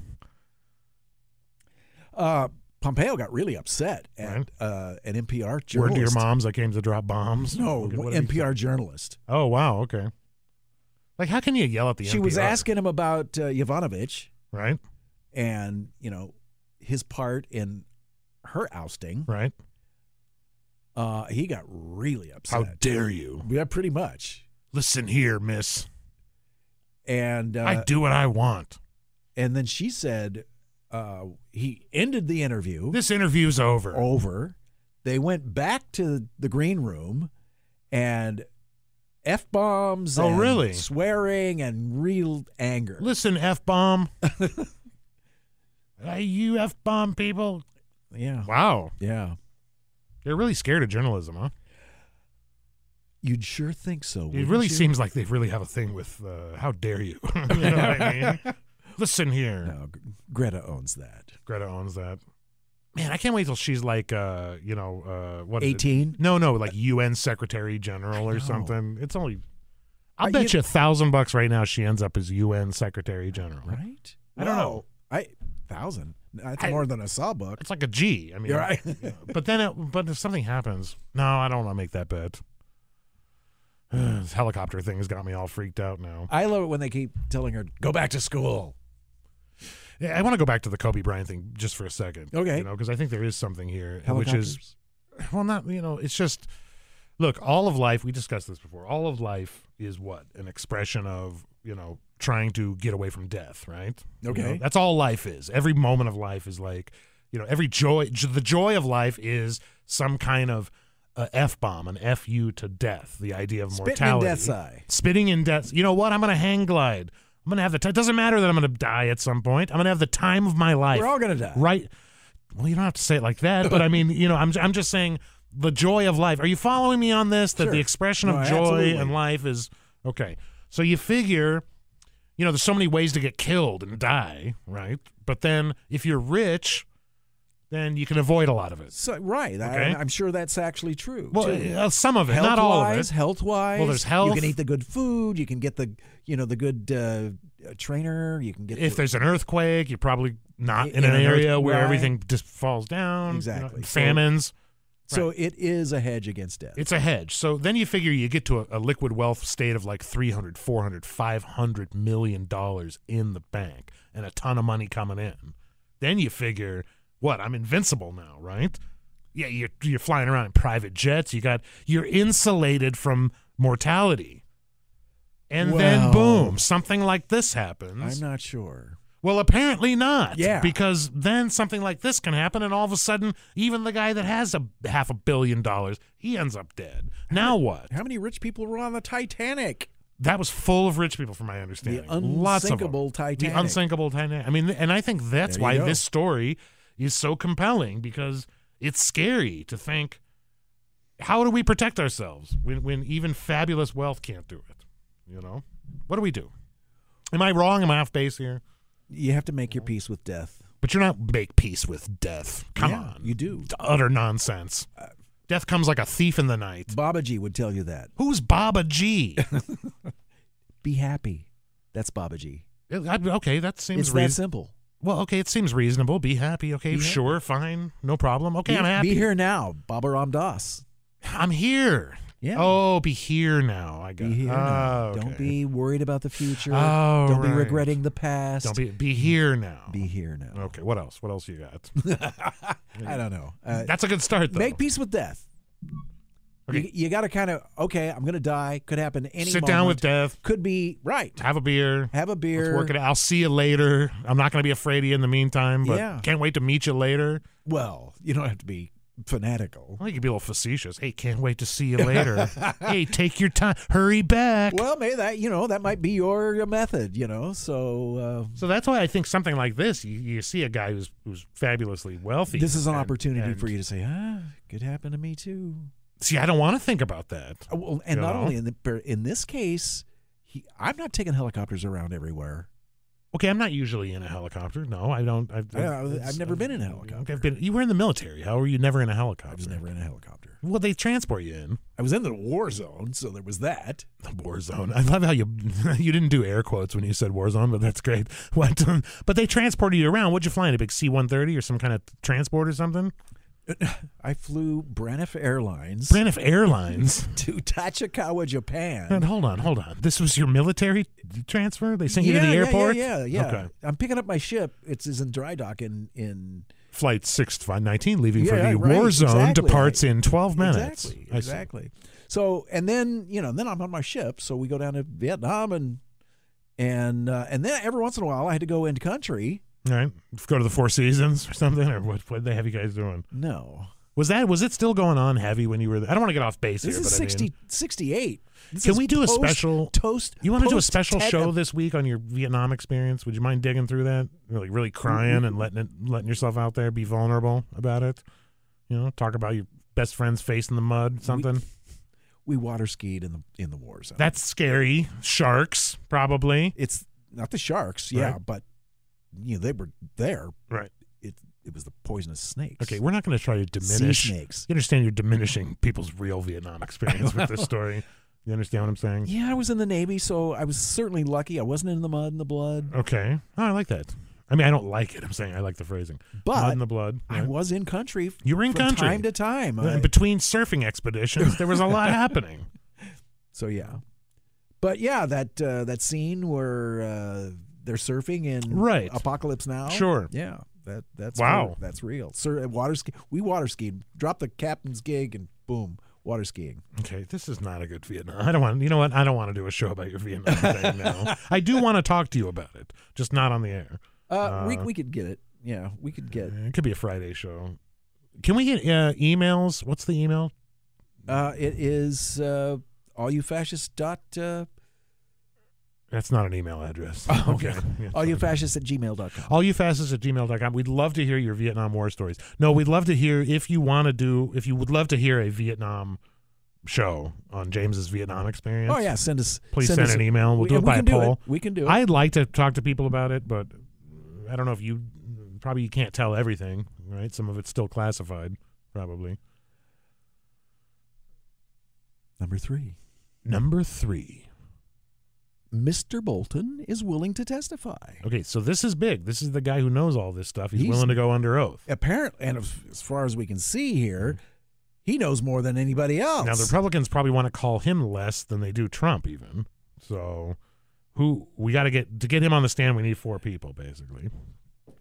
B: Uh, Pompeo got really upset at
C: Right.
B: uh, an NPR journalist.
C: Word to your moms, I came to drop bombs.
B: No,
C: Okay, what did he say?
B: NPR journalist.
C: Oh wow, okay. Like, how can you yell at the?
B: She was
C: NPR,
B: asking him about uh, Yovanovitch
C: right?
B: and you know his part in her ousting.
C: Right?
B: Uh, he got really upset.
C: dare you?
B: yeah, pretty much.
C: Listen here, Miss.
B: And uh,
C: I do what I want.
B: and then she said uh, he ended the interview.
C: This interview's over.
B: Oh. over. They went back to the green room and f bombs.
C: Oh, really?
B: Swearing and real anger.
C: Listen, f bomb. hey, you f bomb people.
B: Yeah,
C: Wow,
B: yeah.
C: they're really scared of journalism, huh?
B: You'd sure think so.
C: It
B: wouldn't
C: really
B: you?
C: seems like they really have a thing with uh, "How dare you." you know what I mean? Listen here.
B: No, Gr- Greta owns that.
C: Greta owns that. Man, I can't wait till she's like, uh, you know, uh, what? is it?
B: Eighteen.
C: No, no, like UN Secretary General
B: I know.
C: or something. It's only. I'll
B: Uh,
C: bet
B: you-
C: you a thousand bucks right now she ends up as UN Secretary General.
B: Right.
C: I don't know.
B: Wow. I thousand. That's
C: I-
B: more than a sawbuck.
C: It's like a G. I mean,
B: You're right.
C: but then, it, but if something happens, no, I don't want to make that bet. this helicopter thing has got me all freaked out now.
B: I love it when they keep telling her go back to school.
C: Yeah, I want to go back to the Kobe Bryant thing just for a second.
B: Okay.
C: You know, because I think there is something here, which is
B: Helicopters.
C: well, not you know, it's just look, all of life, we discussed this before, all of life is what? An expression of, you know, trying to get away from death, right? You know,
B: Okay.
C: that's all life is. Every moment of life is like, you know, every joy, j- the joy of life is some kind of uh, F bomb, an FU to death, the idea of
B: Spitting in
C: mortality.
B: death's eye.
C: Spitting in death. You know what? I'm going to hang glide. I'm going to have the time. It doesn't matter that I'm going to die at some point. I'm going to have the time of my life
B: We're all gonna die.
C: right well you don't have to say it like that but i mean you know i'm, I'm just saying the joy of life are you following me on this that
B: Sure.
C: the expression of
B: No,
C: joy
B: absolutely.
C: and life is okay so you figure you know there's so many ways to get killed and die right but then if you're rich then you can avoid a lot of it
B: So right,
C: Okay.
B: I, I'm sure that's actually true.
C: well
B: too.
C: uh, some of it
B: health
C: not all of
B: wise,
C: it
B: health wise.
C: Well, there's
B: You
C: health.
B: can eat the good food. You can get the you know the good uh, uh, trainer. You can get
C: if
B: the,
C: there's an earthquake you're probably not in,
B: In
C: an,
B: an earth-
C: area where
B: right.
C: everything just falls down you know,
B: Exactly. So-
C: famines
B: so it is a hedge against death.
C: It's a hedge. So then you figure you get to a, a liquid wealth state of like 300, 400, 500 million dollars in the bank and a ton of money coming in. Then you figure, what? I'm invincible now, right? Yeah, you're you're flying around in private jets. You got you're insulated from mortality. And then
B: Well-
C: boom, something like this happens.
B: I'm not sure.
C: Well, apparently not.
B: Yeah.
C: Because then something like this can happen, and all of a sudden, even the guy that has a half a billion dollars, he ends up dead. Now what?
B: How many rich people were on the Titanic?
C: That was full of rich people, from my understanding. Lots of them.
B: unsinkable Titanic.
C: The unsinkable Titanic. I mean, and I think that's
B: There you
C: why
B: go.
C: this story is so compelling because it's scary to think. How do we protect ourselves when, when even fabulous wealth can't do it? You know, what do we do? Am I wrong? Am I off base here?
B: You have to make your peace with death.
C: But you're not make peace with death. Come
B: Yeah,
C: on.
B: you do.
C: It's utter nonsense. death comes like a thief in the night.
B: Baba G would tell you that.
C: Who's Baba G?
B: Be happy. That's Baba G.
C: I- okay, that seems
B: it's that
C: reasonable.
B: simple.
C: Well, okay, it seems reasonable. Be happy. Okay,
B: Be happy.
C: sure, fine, no problem. Okay,
B: be,
C: I'm happy.
B: be here now, Baba Ram Das.
C: I'm here.
B: Yeah.
C: Oh, be here now. I got.
B: Be here now.
C: Oh,
B: Don't
C: okay.
B: be worried about the future.
C: Oh,
B: Don't
C: right.
B: be regretting the past.
C: Don't be. Be here now.
B: Be here now.
C: Okay. What else? What else you got?
B: I don't know. Uh,
C: Oh. That's a good start, though.
B: make peace with death.
C: Okay.
B: You, got to kind of okay. I'm gonna die. Could happen any.
C: Sit down with
B: moment.
C: death.
B: Could be right.
C: Have a beer.
B: Have a beer.
C: Let's work it out. I'll see you later. I'm not going to be afraid of you in the meantime, but
B: Yeah.
C: can't wait to meet you later.
B: Well, you don't have to be fanatical.
C: Well, you could be a little facetious. Hey, can't wait to see you later. hey, take your time. Hurry back.
B: Well, maybe that you know that might be your, your method. You know, so uh,
C: So that's why I think something like this, you, you see a guy who's who's fabulously
B: uh,
C: wealthy.
B: this is an
C: and-
B: opportunity
C: and-
B: for you to say, ah, could happen to me too.
C: See, I don't want to think about that.
B: Uh, Well, and
C: You
B: not
C: know?
B: only in the, per- in this case, he, I'm not taking helicopters around everywhere.
C: Okay, I'm not usually in a helicopter. No, I don't. I've,
B: I- I've
C: it's-
B: never been in a
C: okay,
B: helicopter.
C: I've been. You were in the military. How were you never in a
B: I
C: helicopter?
B: was never in a helicopter.
C: Well, they transport you in
B: I was in the war zone, so there was that.
C: the war zone. I love how you you didn't do air quotes when you said war zone, but that's great. What? um, But they transported you around. What'd you fly in a big C-130 or some kind of transport or something?
B: I flew Braniff Airlines
C: Braniff Airlines.
B: to Tachikawa,
C: And
B: Japan.
C: hold on, hold on. This was your military transfer? They sent you to
B: Yeah,
C: the
B: yeah,
C: airport?
B: Yeah, yeah, yeah.
C: Okay.
B: I'm picking up my ship. It's is in dry dock in in
C: Flight 619 leaving for
B: Yeah,
C: the
B: right,
C: war zone
B: exactly.
C: departs in 12 minutes.
B: Exactly.
C: I see.
B: Exactly. So and then you know then I'm on my ship. So we go down to Vietnam and and uh, and then every once in a while I had to go in country.
C: All right. Go to the Four Seasons or something or what what they have you guys doing?
B: No,
C: Was that was it still going on heavy when you were there? I don't want to get off base
B: this
C: here,
B: is
C: but I mean-
B: 60, 68. This
C: Can
B: is
C: we do a
B: post-
C: special-
B: toast?
C: You want to do a
B: post
C: special
B: Tet-
C: show this week on your Vietnam experience? Would you mind digging through that? You're, Like really crying and letting it, letting yourself out there, be vulnerable about it. You know, talk about your best friend's face in the mud, something.
B: We water skied in the in the war zone.
C: That's scary. Sharks, probably.
B: it's not the sharks, yeah,
C: Right.
B: but you know they were there.
C: Right.
B: It it was the poisonous snakes.
C: Okay, we're not going to try to
B: sea
C: diminish. You
B: snakes.
C: understand you're diminishing people's real Vietnam experience with this story. You understand what I'm saying?
B: Yeah, I was in the navy, so I was certainly lucky. I wasn't in the mud and the blood,
C: Okay. Oh, I like that. I mean, I don't like it. I'm saying I like the phrasing. mud
B: but
C: in the blood.
B: I
C: right?
B: was in country. f-
C: You were in
B: from
C: country.
B: time to time.
C: And
B: I-
C: between surfing expeditions, there was a lot happening.
B: so yeah, but yeah, that uh, that scene where uh, they're surfing in
C: Right.
B: Apocalypse Now.
C: Sure.
B: Yeah. That that's uh,
C: Wow.
B: real. that's real. Sir, water ski. We water skied. Dropped the captain's gig and boom, water skiing.
C: Okay, this is not a good Vietnam. I don't want. You know what? I don't want to do a show about your Vietnam thing now. I do want to talk to you about it, just not on the air.
B: Uh, we
C: Uh,
B: we could get it. Yeah, we could get.
C: It could be a Friday show. Can we get uh, emails? What's the email?
B: Uh, it is uh, all you fascist dot uh,
C: That's not an email address.
B: Oh,
C: okay.
B: okay.
C: Yeah,
B: all you
C: sorry.
B: fascist at gmail dot com.
C: all you fascists at gmail.com we'd love to hear your vietnam war stories no we'd love to hear if you want to do if you would love to hear a vietnam show on james's vietnam experience
B: Oh yeah, send us.
C: please
B: send,
C: send,
B: us
C: an email we'll
B: we,
C: do it
B: we
C: by
B: can
C: a poll
B: Do it. We can do it.
C: i'd like to talk to people about it but i don't know if you probably you can't tell everything right some of it's still classified probably
B: Number three,
C: number three
B: Mr. Bolton is willing to testify.
C: okay so this is big this is the guy who knows all this stuff he's,
B: He's-
C: willing to go under oath
B: Apparently, and as as far as we can see here, he knows more than anybody else.
C: Now the Republicans probably want to call him less than they do Trump, even. So, who we got to get to get him on the stand? We need four people, basically.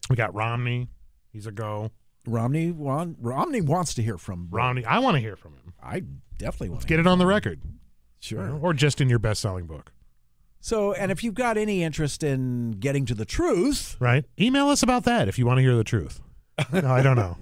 C: We got Romney. He's a go.
B: Romney Ron, Romney wants to hear from
C: Romney. I want to hear from him.
B: I definitely want to
C: Get it on the record,
B: Sure.
C: or just in your best-selling book,
B: So, and if you've got any interest in getting to the truth,
C: right? Email us about that if you want to hear the truth. No, I don't know.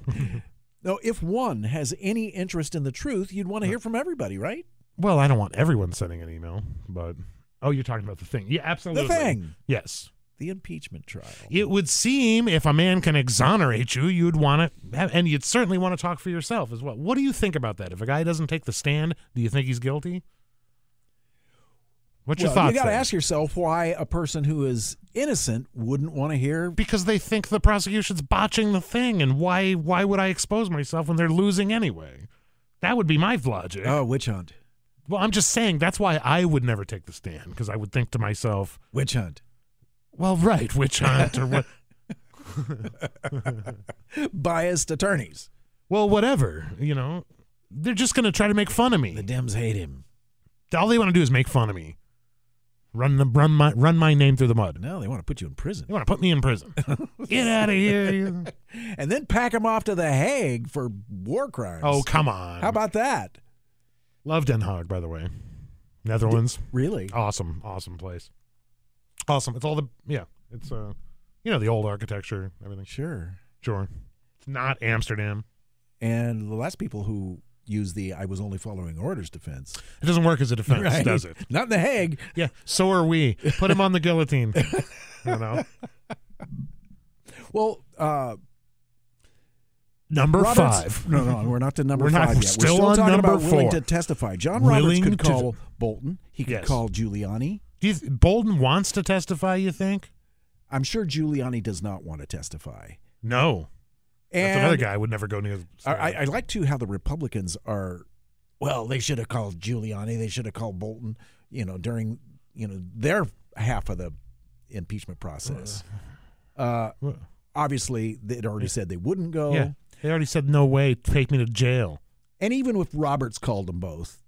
B: no, if one has any interest in the truth, you'd want to hear from everybody, right?
C: well, I don't want everyone sending an email, but oh, you're talking about the thing. Yeah, absolutely.
B: thing.
C: Yes.
B: The impeachment trial.
C: It would seem if a man can exonerate you, you'd want to, have, and you'd certainly want to talk for yourself as well. What do you think about that? If a guy doesn't take the stand, do you think he's guilty? What's your
B: Well,
C: thoughts?
B: you got to
C: there?
B: ask yourself why a person who is innocent wouldn't want to hear.
C: because they think the prosecution's botching the thing, and why? Why would I expose myself when they're losing anyway? That would be my logic.
B: Oh, witch hunt.
C: well, I'm just saying that's why I would never take the stand because I would think to myself,
B: Witch hunt.
C: "Well, right, witch hunt or what."
B: Biased attorneys.
C: Well, whatever, you know. They're just going to try to make fun of me.
B: The Dems hate him.
C: All they want to do is make fun of me. Run the run my run my name through the mud.
B: No, they want to put you in
C: They
B: prison.
C: want to put me in prison. Get out of here. you-
B: And then pack him off to The Hague for war crimes.
C: Oh, come on.
B: How about that?
C: Love Den Haag, by the way. Netherlands.
B: Really?
C: Oh. Awesome, awesome place. Awesome. It's all the yeah, it's uh you know the old architecture, everything.
B: Sure.
C: Sure. It's not Amsterdam.
B: And the last people who use the I was only following orders defense.
C: It doesn't work as a defense,
B: Right?
C: does it?
B: Not in The Hague.
C: Yeah, so are we. Put him on the guillotine. you know.
B: Well, uh,
C: Number
B: Roberts-
C: 5.
B: No, no, we're not to number
C: We're not-
B: five
C: we're
B: yet.
C: still
B: we're still
C: on
B: talking
C: number
B: about willing
C: four.
B: to testify. John Roberts
C: Willing to
B: could call Bolton. He could
C: Yes.
B: call Giuliani.
C: Do you th- Bolden wants to testify, you think?
B: I'm sure Giuliani does not want to testify.
C: No.
B: And
C: That's another guy I would never go near. The
B: I, I, I like too how the Republicans are. Well, they should have called Giuliani. They should have called Bolton. You know, during you know their half of the impeachment process. Uh,
C: Wha-
B: obviously, they'd already said they wouldn't go.
C: yeah, they already said no way. Take me to jail.
B: And even if Roberts called them both,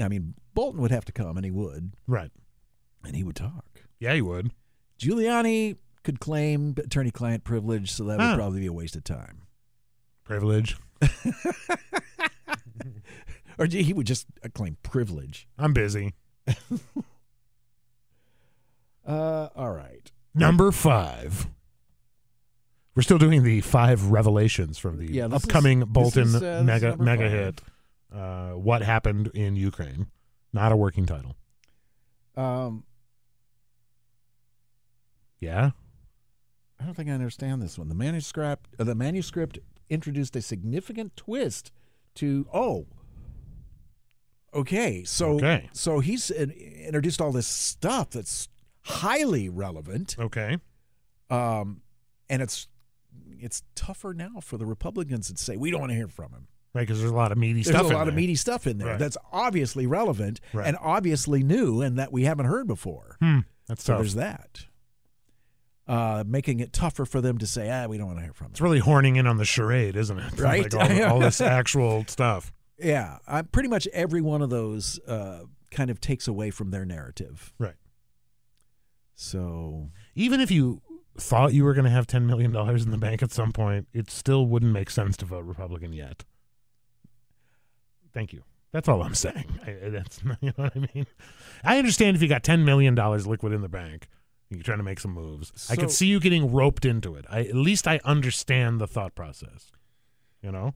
B: I mean, Bolton would have to come, and he would,
C: Right.
B: and he would talk.
C: Yeah, you would.
B: Giuliani could claim attorney-client privilege, so that would
C: Huh.
B: probably be a waste of time.
C: Privilege.
B: Or he would just uh, claim privilege.
C: I'm busy.
B: Uh, all right.
C: Number five. We're still doing the five revelations from the
B: Yeah, this is-
C: upcoming
B: this
C: Bolton
B: is, uh, this is
C: mega
B: number
C: mega
B: five.
C: hit. Uh, what happened in Ukraine? Not a working title.
B: Um,
C: Yeah.
B: I don't think I understand this one. The manuscript, uh, the manuscript introduced a significant twist to oh. Okay, so
C: Okay.
B: so he's in, introduced all this stuff that's highly relevant,
C: Okay.
B: um, and it's it's tougher now for the Republicans to say we don't want to hear from him.
C: Right, because there's a lot of meaty
B: There's
C: stuff.
B: a
C: in
B: lot of
C: there.
B: meaty stuff in there
C: Right.
B: that's obviously relevant
C: Right.
B: and obviously new and that we haven't heard before.
C: Hmm. That's
B: So
C: tough.
B: there's that, uh, making it tougher for them to say ah we don't want to hear from him.
C: It's really horning in on the charade, isn't it?
B: Right?
C: Like all the- all this actual stuff.
B: Yeah, I, pretty much every one of those uh, kind of takes away from their narrative.
C: Right.
B: So
C: even if you thought you were going to have $10 million in the bank at some point, it still wouldn't make sense to vote Republican yet. Thank you. That's all I'm saying. I, that's you know what I mean. I understand if you got ten million dollars liquid in the bank and you're trying to make some moves. I could
B: So-
C: see you getting roped into it. I at least I understand the thought process. You know.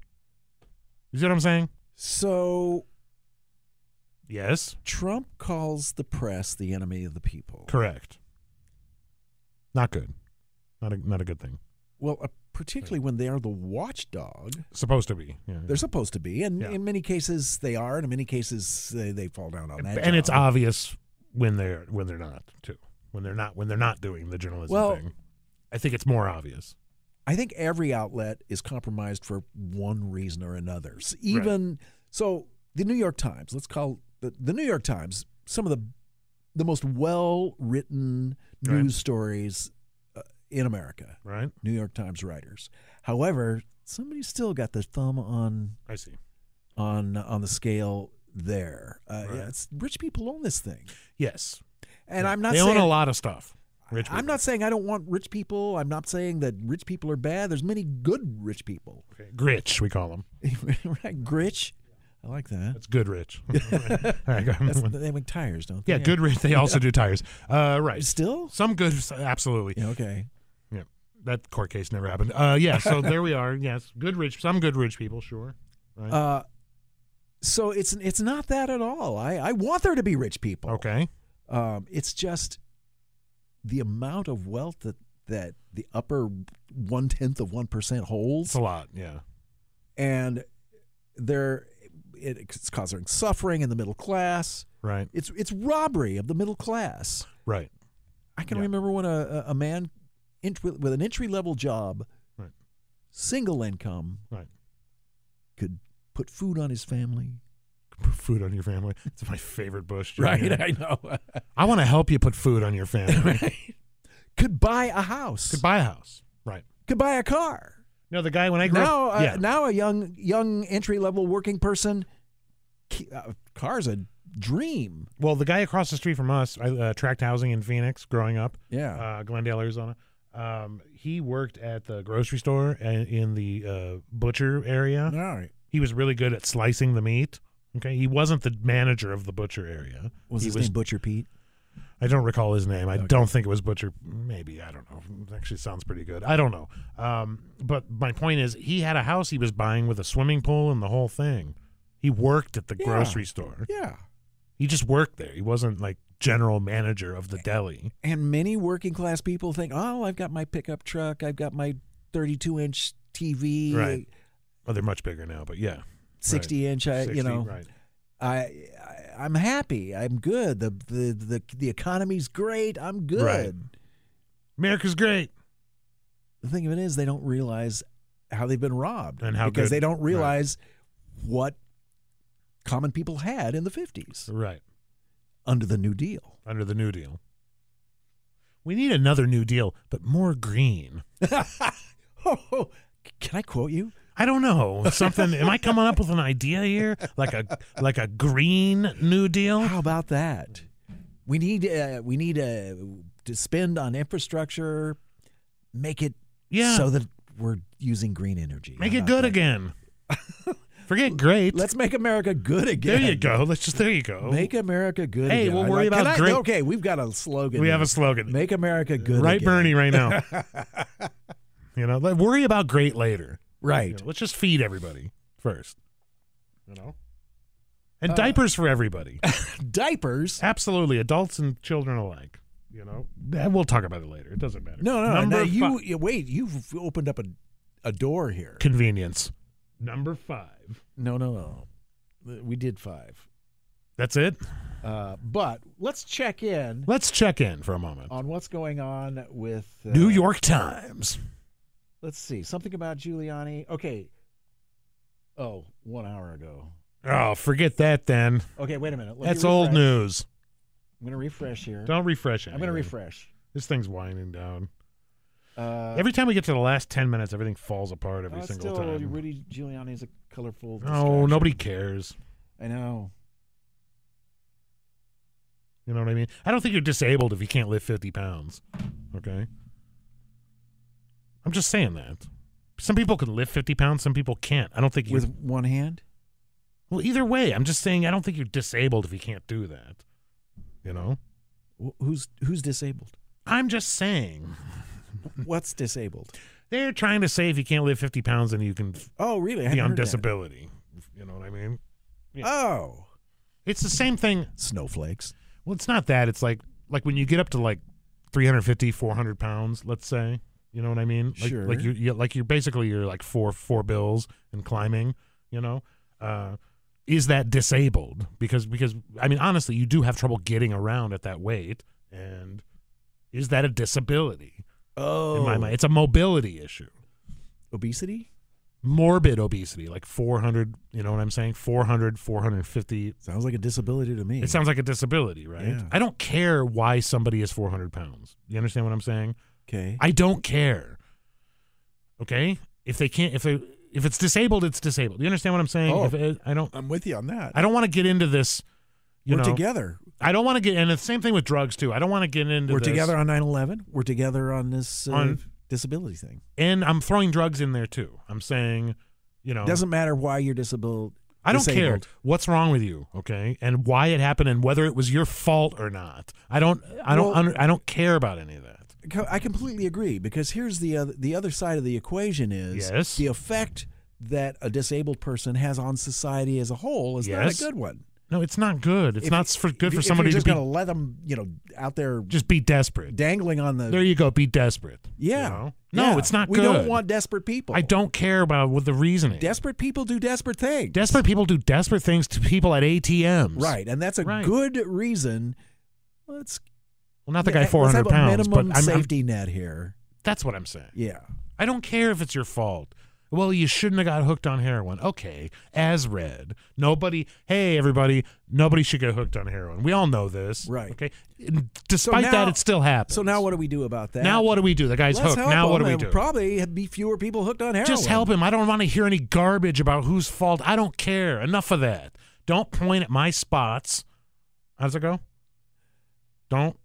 C: You see what I'm saying?
B: So
C: Yes.
B: Trump calls the press the enemy of the people.
C: Correct. Not good. Not a not a good thing.
B: Well, uh, particularly when they are the watchdog
C: Supposed to be. Yeah.
B: they're supposed to be, and
C: Mm-hmm. Yeah.
B: in many cases they are, and in many cases they, they fall down on that.
C: and it's
B: job.
C: obvious when they're when they're not too. When they're not when they're not doing the journalism
B: Well-
C: thing. I think it's more obvious.
B: I think every outlet is compromised for one reason or another. S- Even so, the New York Times. Let's call the, the New York Times some of the the most well written
C: Right.
B: news stories uh, in America.
C: Right?
B: New York Times writers. However, somebody's still got the thumb on
C: I see.
B: on on the scale there. Uh,
C: Right.
B: yeah, it's, rich people own this thing,
C: Yes.
B: and
C: Yeah.
B: I'm not
C: They
B: saying
C: own a lot of stuff. Rich
B: I'm
C: people.
B: not saying I don't want rich people. I'm not saying that rich people are bad. There's many good rich people.
C: Okay. Gritch, we call them.
B: right, Gritch. I like that.
C: That's good rich. All right, go
B: That's,
C: on.
B: they make tires, don't they?
C: yeah, good rich. They also do tires. Uh, right.
B: Still?
C: Some good, absolutely.
B: Yeah, okay.
C: Yeah. That court case never happened. Uh, yeah, so there we are. Yes, good rich. Some good rich people, sure. Right.
B: Uh, so it's it's not that at all. I, I want there to be rich people.
C: okay.
B: Um, it's just the amount of wealth that that the upper one tenth of one percent holds.
C: It's a lot. Yeah.
B: and they're it, it's causing suffering in the middle class.
C: Right.
B: It's it's robbery of the middle class.
C: Right.
B: I can
C: Yeah.
B: remember when a a a man int- with an entry level job,
C: Right.
B: single income,
C: Right.
B: could put food on his family.
C: Put food on your family. It's my favorite bush. Yeah.
B: I know.
C: I want to help you put food on your family.
B: Could buy a house.
C: Could buy a house. Right.
B: Could buy a car.
C: No, the guy when I grew
B: now,
C: up.
B: uh,
C: yeah.
B: now a young young entry level working person, ki- uh, car's a dream.
C: Well, the guy across the street from us, I uh, tracked housing in Phoenix growing up,
B: Yeah.
C: uh, Glendale, Arizona. Um, he worked at the grocery store and in the uh, butcher area.
B: All right.
C: He was really good at slicing the meat. Okay, he wasn't the manager of the butcher area.
B: Was
C: he
B: his name Butcher Pete?
C: I don't recall his name. I don't think it was Butcher. Maybe I don't know. It actually sounds pretty good. I don't know. Um, but my point is, he had a house he was buying with a swimming pool and the whole thing. He worked at the
B: Yeah.
C: grocery store.
B: Yeah.
C: He just worked there. He wasn't like general manager of the deli.
B: And many working class people think, oh, I've got my pickup truck, I've got my 32 inch TV,
C: Right. Well, they're much bigger now, but yeah,
B: 60 inch, I,
C: 60,
B: Uh, you know,
C: right?
B: I, I, I'm happy, I'm good. The, the the the economy's great, I'm good.
C: Right. America's great.
B: The thing of it is, they don't realize how they've been robbed,
C: And how
B: because
C: good-
B: they don't
C: right.
B: realize what common people had in the 50s
C: Right
B: under the New Deal.
C: under the New Deal. We need another New Deal, but more green.
B: Oh, can I quote you?
C: I don't know something. am I coming up with an idea here, like a like a green New Deal?
B: How about that? We need uh, we need uh, to spend on infrastructure, make it
C: Yeah.
B: so that we're using green energy.
C: Make
B: How
C: it
B: about
C: good
B: that?
C: again. Forget great.
B: Let's make America good
C: there
B: again.
C: you go. Let's just there you go.
B: Make America good
C: Hey,
B: again.
C: we'll
B: I
C: worry
B: like-
C: about
B: can I-
C: great-
B: Okay, we've got a slogan.
C: we have
B: here.
C: a slogan.
B: Make America good
C: right,
B: again.
C: Bernie, right now. you know, let, worry about great later. You
B: Right.
C: know, let's just feed everybody first. You know,
B: Uh.
C: and diapers for everybody.
B: Diapers.
C: Absolutely, adults and children alike. You know, Eh, we'll talk about it later. It doesn't matter.
B: No, no,
C: Number
B: no.
C: fi-
B: You you- wait, you've opened up a a door here.
C: convenience. Number five.
B: No, no, no. We did 5.
C: That's it.
B: Uh, but let's check in
C: Let's check in for a moment.
B: on what's going on with uh,
C: New York Times.
B: Let's see something about Giuliani. Okay. Oh, one hour ago.
C: Oh, forget that then.
B: Okay, wait a minute. Let me
C: That's old
B: refresh.
C: news.
B: I'm gonna refresh here.
C: Don't refresh it.
B: I'm gonna refresh.
C: This thing's winding down.
B: Uh,
C: every time we get to the last 10 minutes, everything falls apart
B: oh,
C: every
B: it's
C: single
B: still,
C: time.
B: Rudy Giuliani is a colorful.
C: oh,
B: distraction.
C: nobody cares.
B: I know.
C: You know what I mean? I don't think you're disabled if you can't lift 50 pounds. Okay? I'm just saying that. Some people can lift 50 pounds, some people can't. I don't think you.
B: With one hand.
C: Well, either way, I'm just saying I don't think you're disabled if you can't do that. You know?
B: Wh- Who's who's disabled?
C: I'm just saying.
B: What's disabled?
C: They're trying to say if you can't lift 50 pounds, then you can f-
B: Oh, really? I
C: be
B: hadn't heard
C: on
B: that.
C: disability. You know what I mean?
B: Oh,
C: It's the same thing.
B: snowflakes.
C: Well, it's not that. It's like like when you get up to like 350, 400 pounds, let's say. You know what I mean? Like,
B: Sure.
C: Like you, you like you're basically you're like four four bills and climbing. You know, uh, is that disabled? Because because I mean honestly, you do have trouble getting around at that weight, and is that a disability?
B: Oh,
C: In my mind, it's a mobility issue.
B: obesity
C: Morbid obesity, like 400. You know what I'm saying? 400, 450
B: sounds like a disability to me.
C: It sounds like a disability, right?
B: Yeah.
C: I don't care why somebody is 400 pounds. You understand what I'm saying?
B: okay.
C: I don't care. Okay, if they can't, if they, if it's disabled, it's disabled. You understand what I'm saying?
B: Oh.
C: If it, I don't,
B: I'm with you on that.
C: I don't want to get into this. You
B: We're
C: know,
B: together.
C: I don't want to get, and it's the same thing with drugs too. I don't want to get into.
B: We're
C: this,
B: together on 9/11. We're together on this uh,
C: On-
B: disability thing.
C: and I'm throwing drugs in there too. I'm saying, you know,
B: Doesn't matter why you're disabled.
C: Oh. I don't
B: disabled.
C: care what's wrong with you, okay, and why it happened, and whether it was your fault or not. I don't, I don't,
B: Well-
C: under- I don't care about any of that.
B: Co- I completely agree because here's the other, the other side of the equation is
C: Yes.
B: the effect that a disabled person has on society as a whole is not a
C: Yes.
B: good one.
C: No, it's not good. It's
B: If-
C: not s- for good
B: if-
C: for
B: if
C: somebody
B: you're
C: to
B: just
C: be
B: gonna let them, you know, out there
C: just be desperate.
B: dangling on the
C: There you go. Be desperate. you
B: yeah.
C: know? No,
B: Yeah.
C: it's not
B: We
C: good.
B: don't want desperate people.
C: I don't care about what the reasoning.
B: Desperate people do desperate things.
C: desperate people do desperate things to people at ATMs.
B: Right, and that's a
C: Right.
B: good reason. Let's
C: Well, not the
B: yeah,
C: guy 400
B: let's have a
C: pounds, but
B: minimum
C: I'm, I'm-
B: safety net here.
C: that's what I'm saying.
B: Yeah.
C: I don't care if it's your fault. Well, you shouldn't have got hooked on heroin. Okay, as read. Nobody, hey everybody, nobody should get hooked on heroin. We all know this,
B: Right.
C: Okay. And Despite
B: now-
C: that, it still happens.
B: So now what do we do about that?
C: Now what do we do? The guy's
B: Let's
C: hooked.
B: help
C: Now what do
B: them
C: we
B: and
C: do?
B: Probably be fewer people hooked on heroin.
C: Just help him. I don't want to hear any garbage about whose fault. I don't care. Enough of that. Don't point at my spots. How's it go? Don't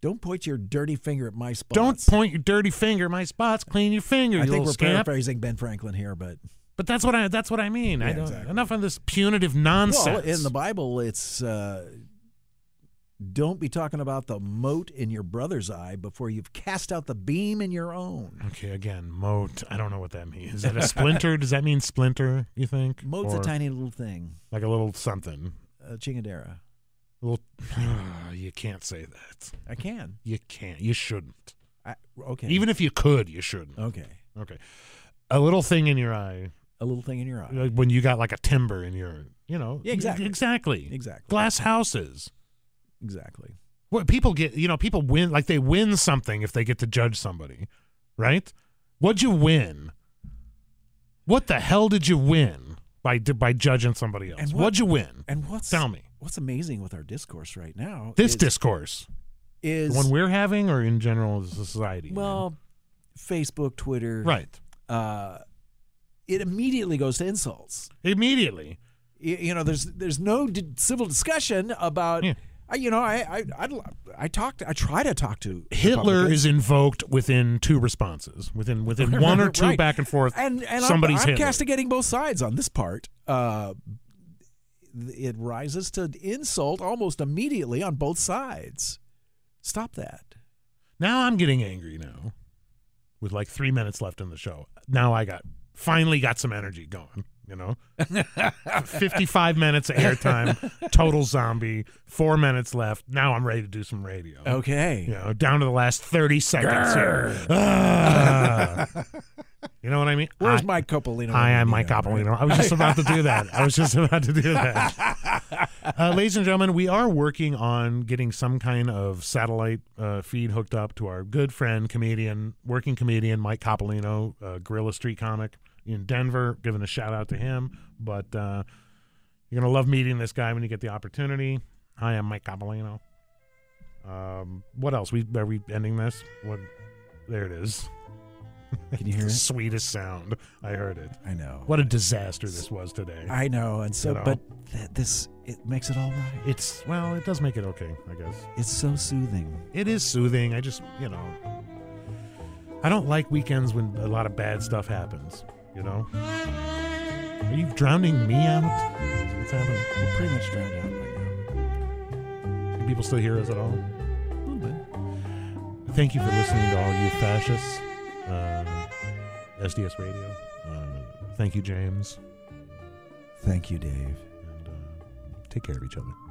B: Don't point your dirty finger at my spots.
C: don't point your dirty finger at my spots. Clean your finger,
B: I
C: you
B: think
C: little
B: we're
C: scamp.
B: paraphrasing Ben Franklin here, but
C: But that's what I that's what I mean. I
B: Yeah,
C: don't,
B: exactly.
C: Enough of this punitive nonsense.
B: well, in the Bible, it's uh, don't be talking about the mote in your brother's eye before you've cast out the beam in your own.
C: okay, again, moat. I don't know what that means. Is that a splinter? Does that mean splinter? You think
B: Mote's
C: Or
B: a tiny little thing,
C: like a little something.
B: a chingadera.
C: A little. you can't say that.
B: I can.
C: You can't. You shouldn't.
B: I, okay.
C: Even if you could, you shouldn't.
B: okay,
C: Okay. A little thing in your eye,
B: a little thing in your eye.
C: like when you got like a timber in your, you know.
B: Yeah, exactly.
C: Exactly.
B: Exactly.
C: Glass houses.
B: Exactly.
C: What people get, you know, people win, like they win something if they get to judge somebody, right? What'd you win? What the hell did you win by by judging somebody else?
B: And what-
C: what, would you win?
B: And what's
C: Tell me.
B: what's amazing with our discourse right now?
C: This
B: is,
C: discourse, the
B: is
C: one we're having, or in general as a society?
B: well, Facebook, Twitter,
C: right,
B: uh, it immediately goes to insults.
C: immediately.
B: You, you know, there's there's no d- civil discussion about.
C: Yeah.
B: I, you know, I I I, I talked. I try to talk to
C: Hitler
B: Republicans.
C: is invoked within two responses, within within one or two
B: Right.
C: back and forth.
B: and and
C: somebody's
B: I'm, I'm
C: Hitler.
B: castigating both sides on this part. Uh, it rises to insult almost immediately on both sides. Stop that.
C: Now I'm getting angry now. With like three minutes left in the show, now I got finally got some energy going. You know, fifty-five minutes of airtime, total zombie, four minutes left. Now I'm ready to do some radio.
B: Okay.
C: You know, down to the last thirty seconds here. Ah. you know what I mean?
B: Where's
C: I-
B: Mike Coppolino?
C: Hi, I'm
B: You
C: Mike
B: know,
C: Coppolino. I was just about to do that. I was just about to do that. Uh, ladies and gentlemen, we are working on getting some kind of satellite uh, feed hooked up to our good friend, comedian, working comedian Mike Coppolino, uh, Gorilla Street comic in Denver. Giving a shout out to him, but uh, you're gonna love meeting this guy when you get the opportunity. Hi, I'm Mike Coppolino. Um, what else? We are we ending this? What? There it is.
B: Can you hear
C: The
B: it?
C: sweetest sound. I heard it.
B: I know.
C: What a disaster this was today.
B: I know, and so,
C: You know?
B: but th- this it makes it all right.
C: it's well, it does make it okay, I guess.
B: It's so soothing.
C: It is soothing. I just, you know, I don't like weekends when a lot of bad stuff happens, you know? Are you drowning me out? Is What's happening?
B: We're pretty much drowned out by now.
C: Do people still hear us at all? A little bit. Thank you for listening to all you fascists. Uh, SDS Radio. Uh, thank you, James.
B: Thank you, Dave.
C: And uh, take care of each other.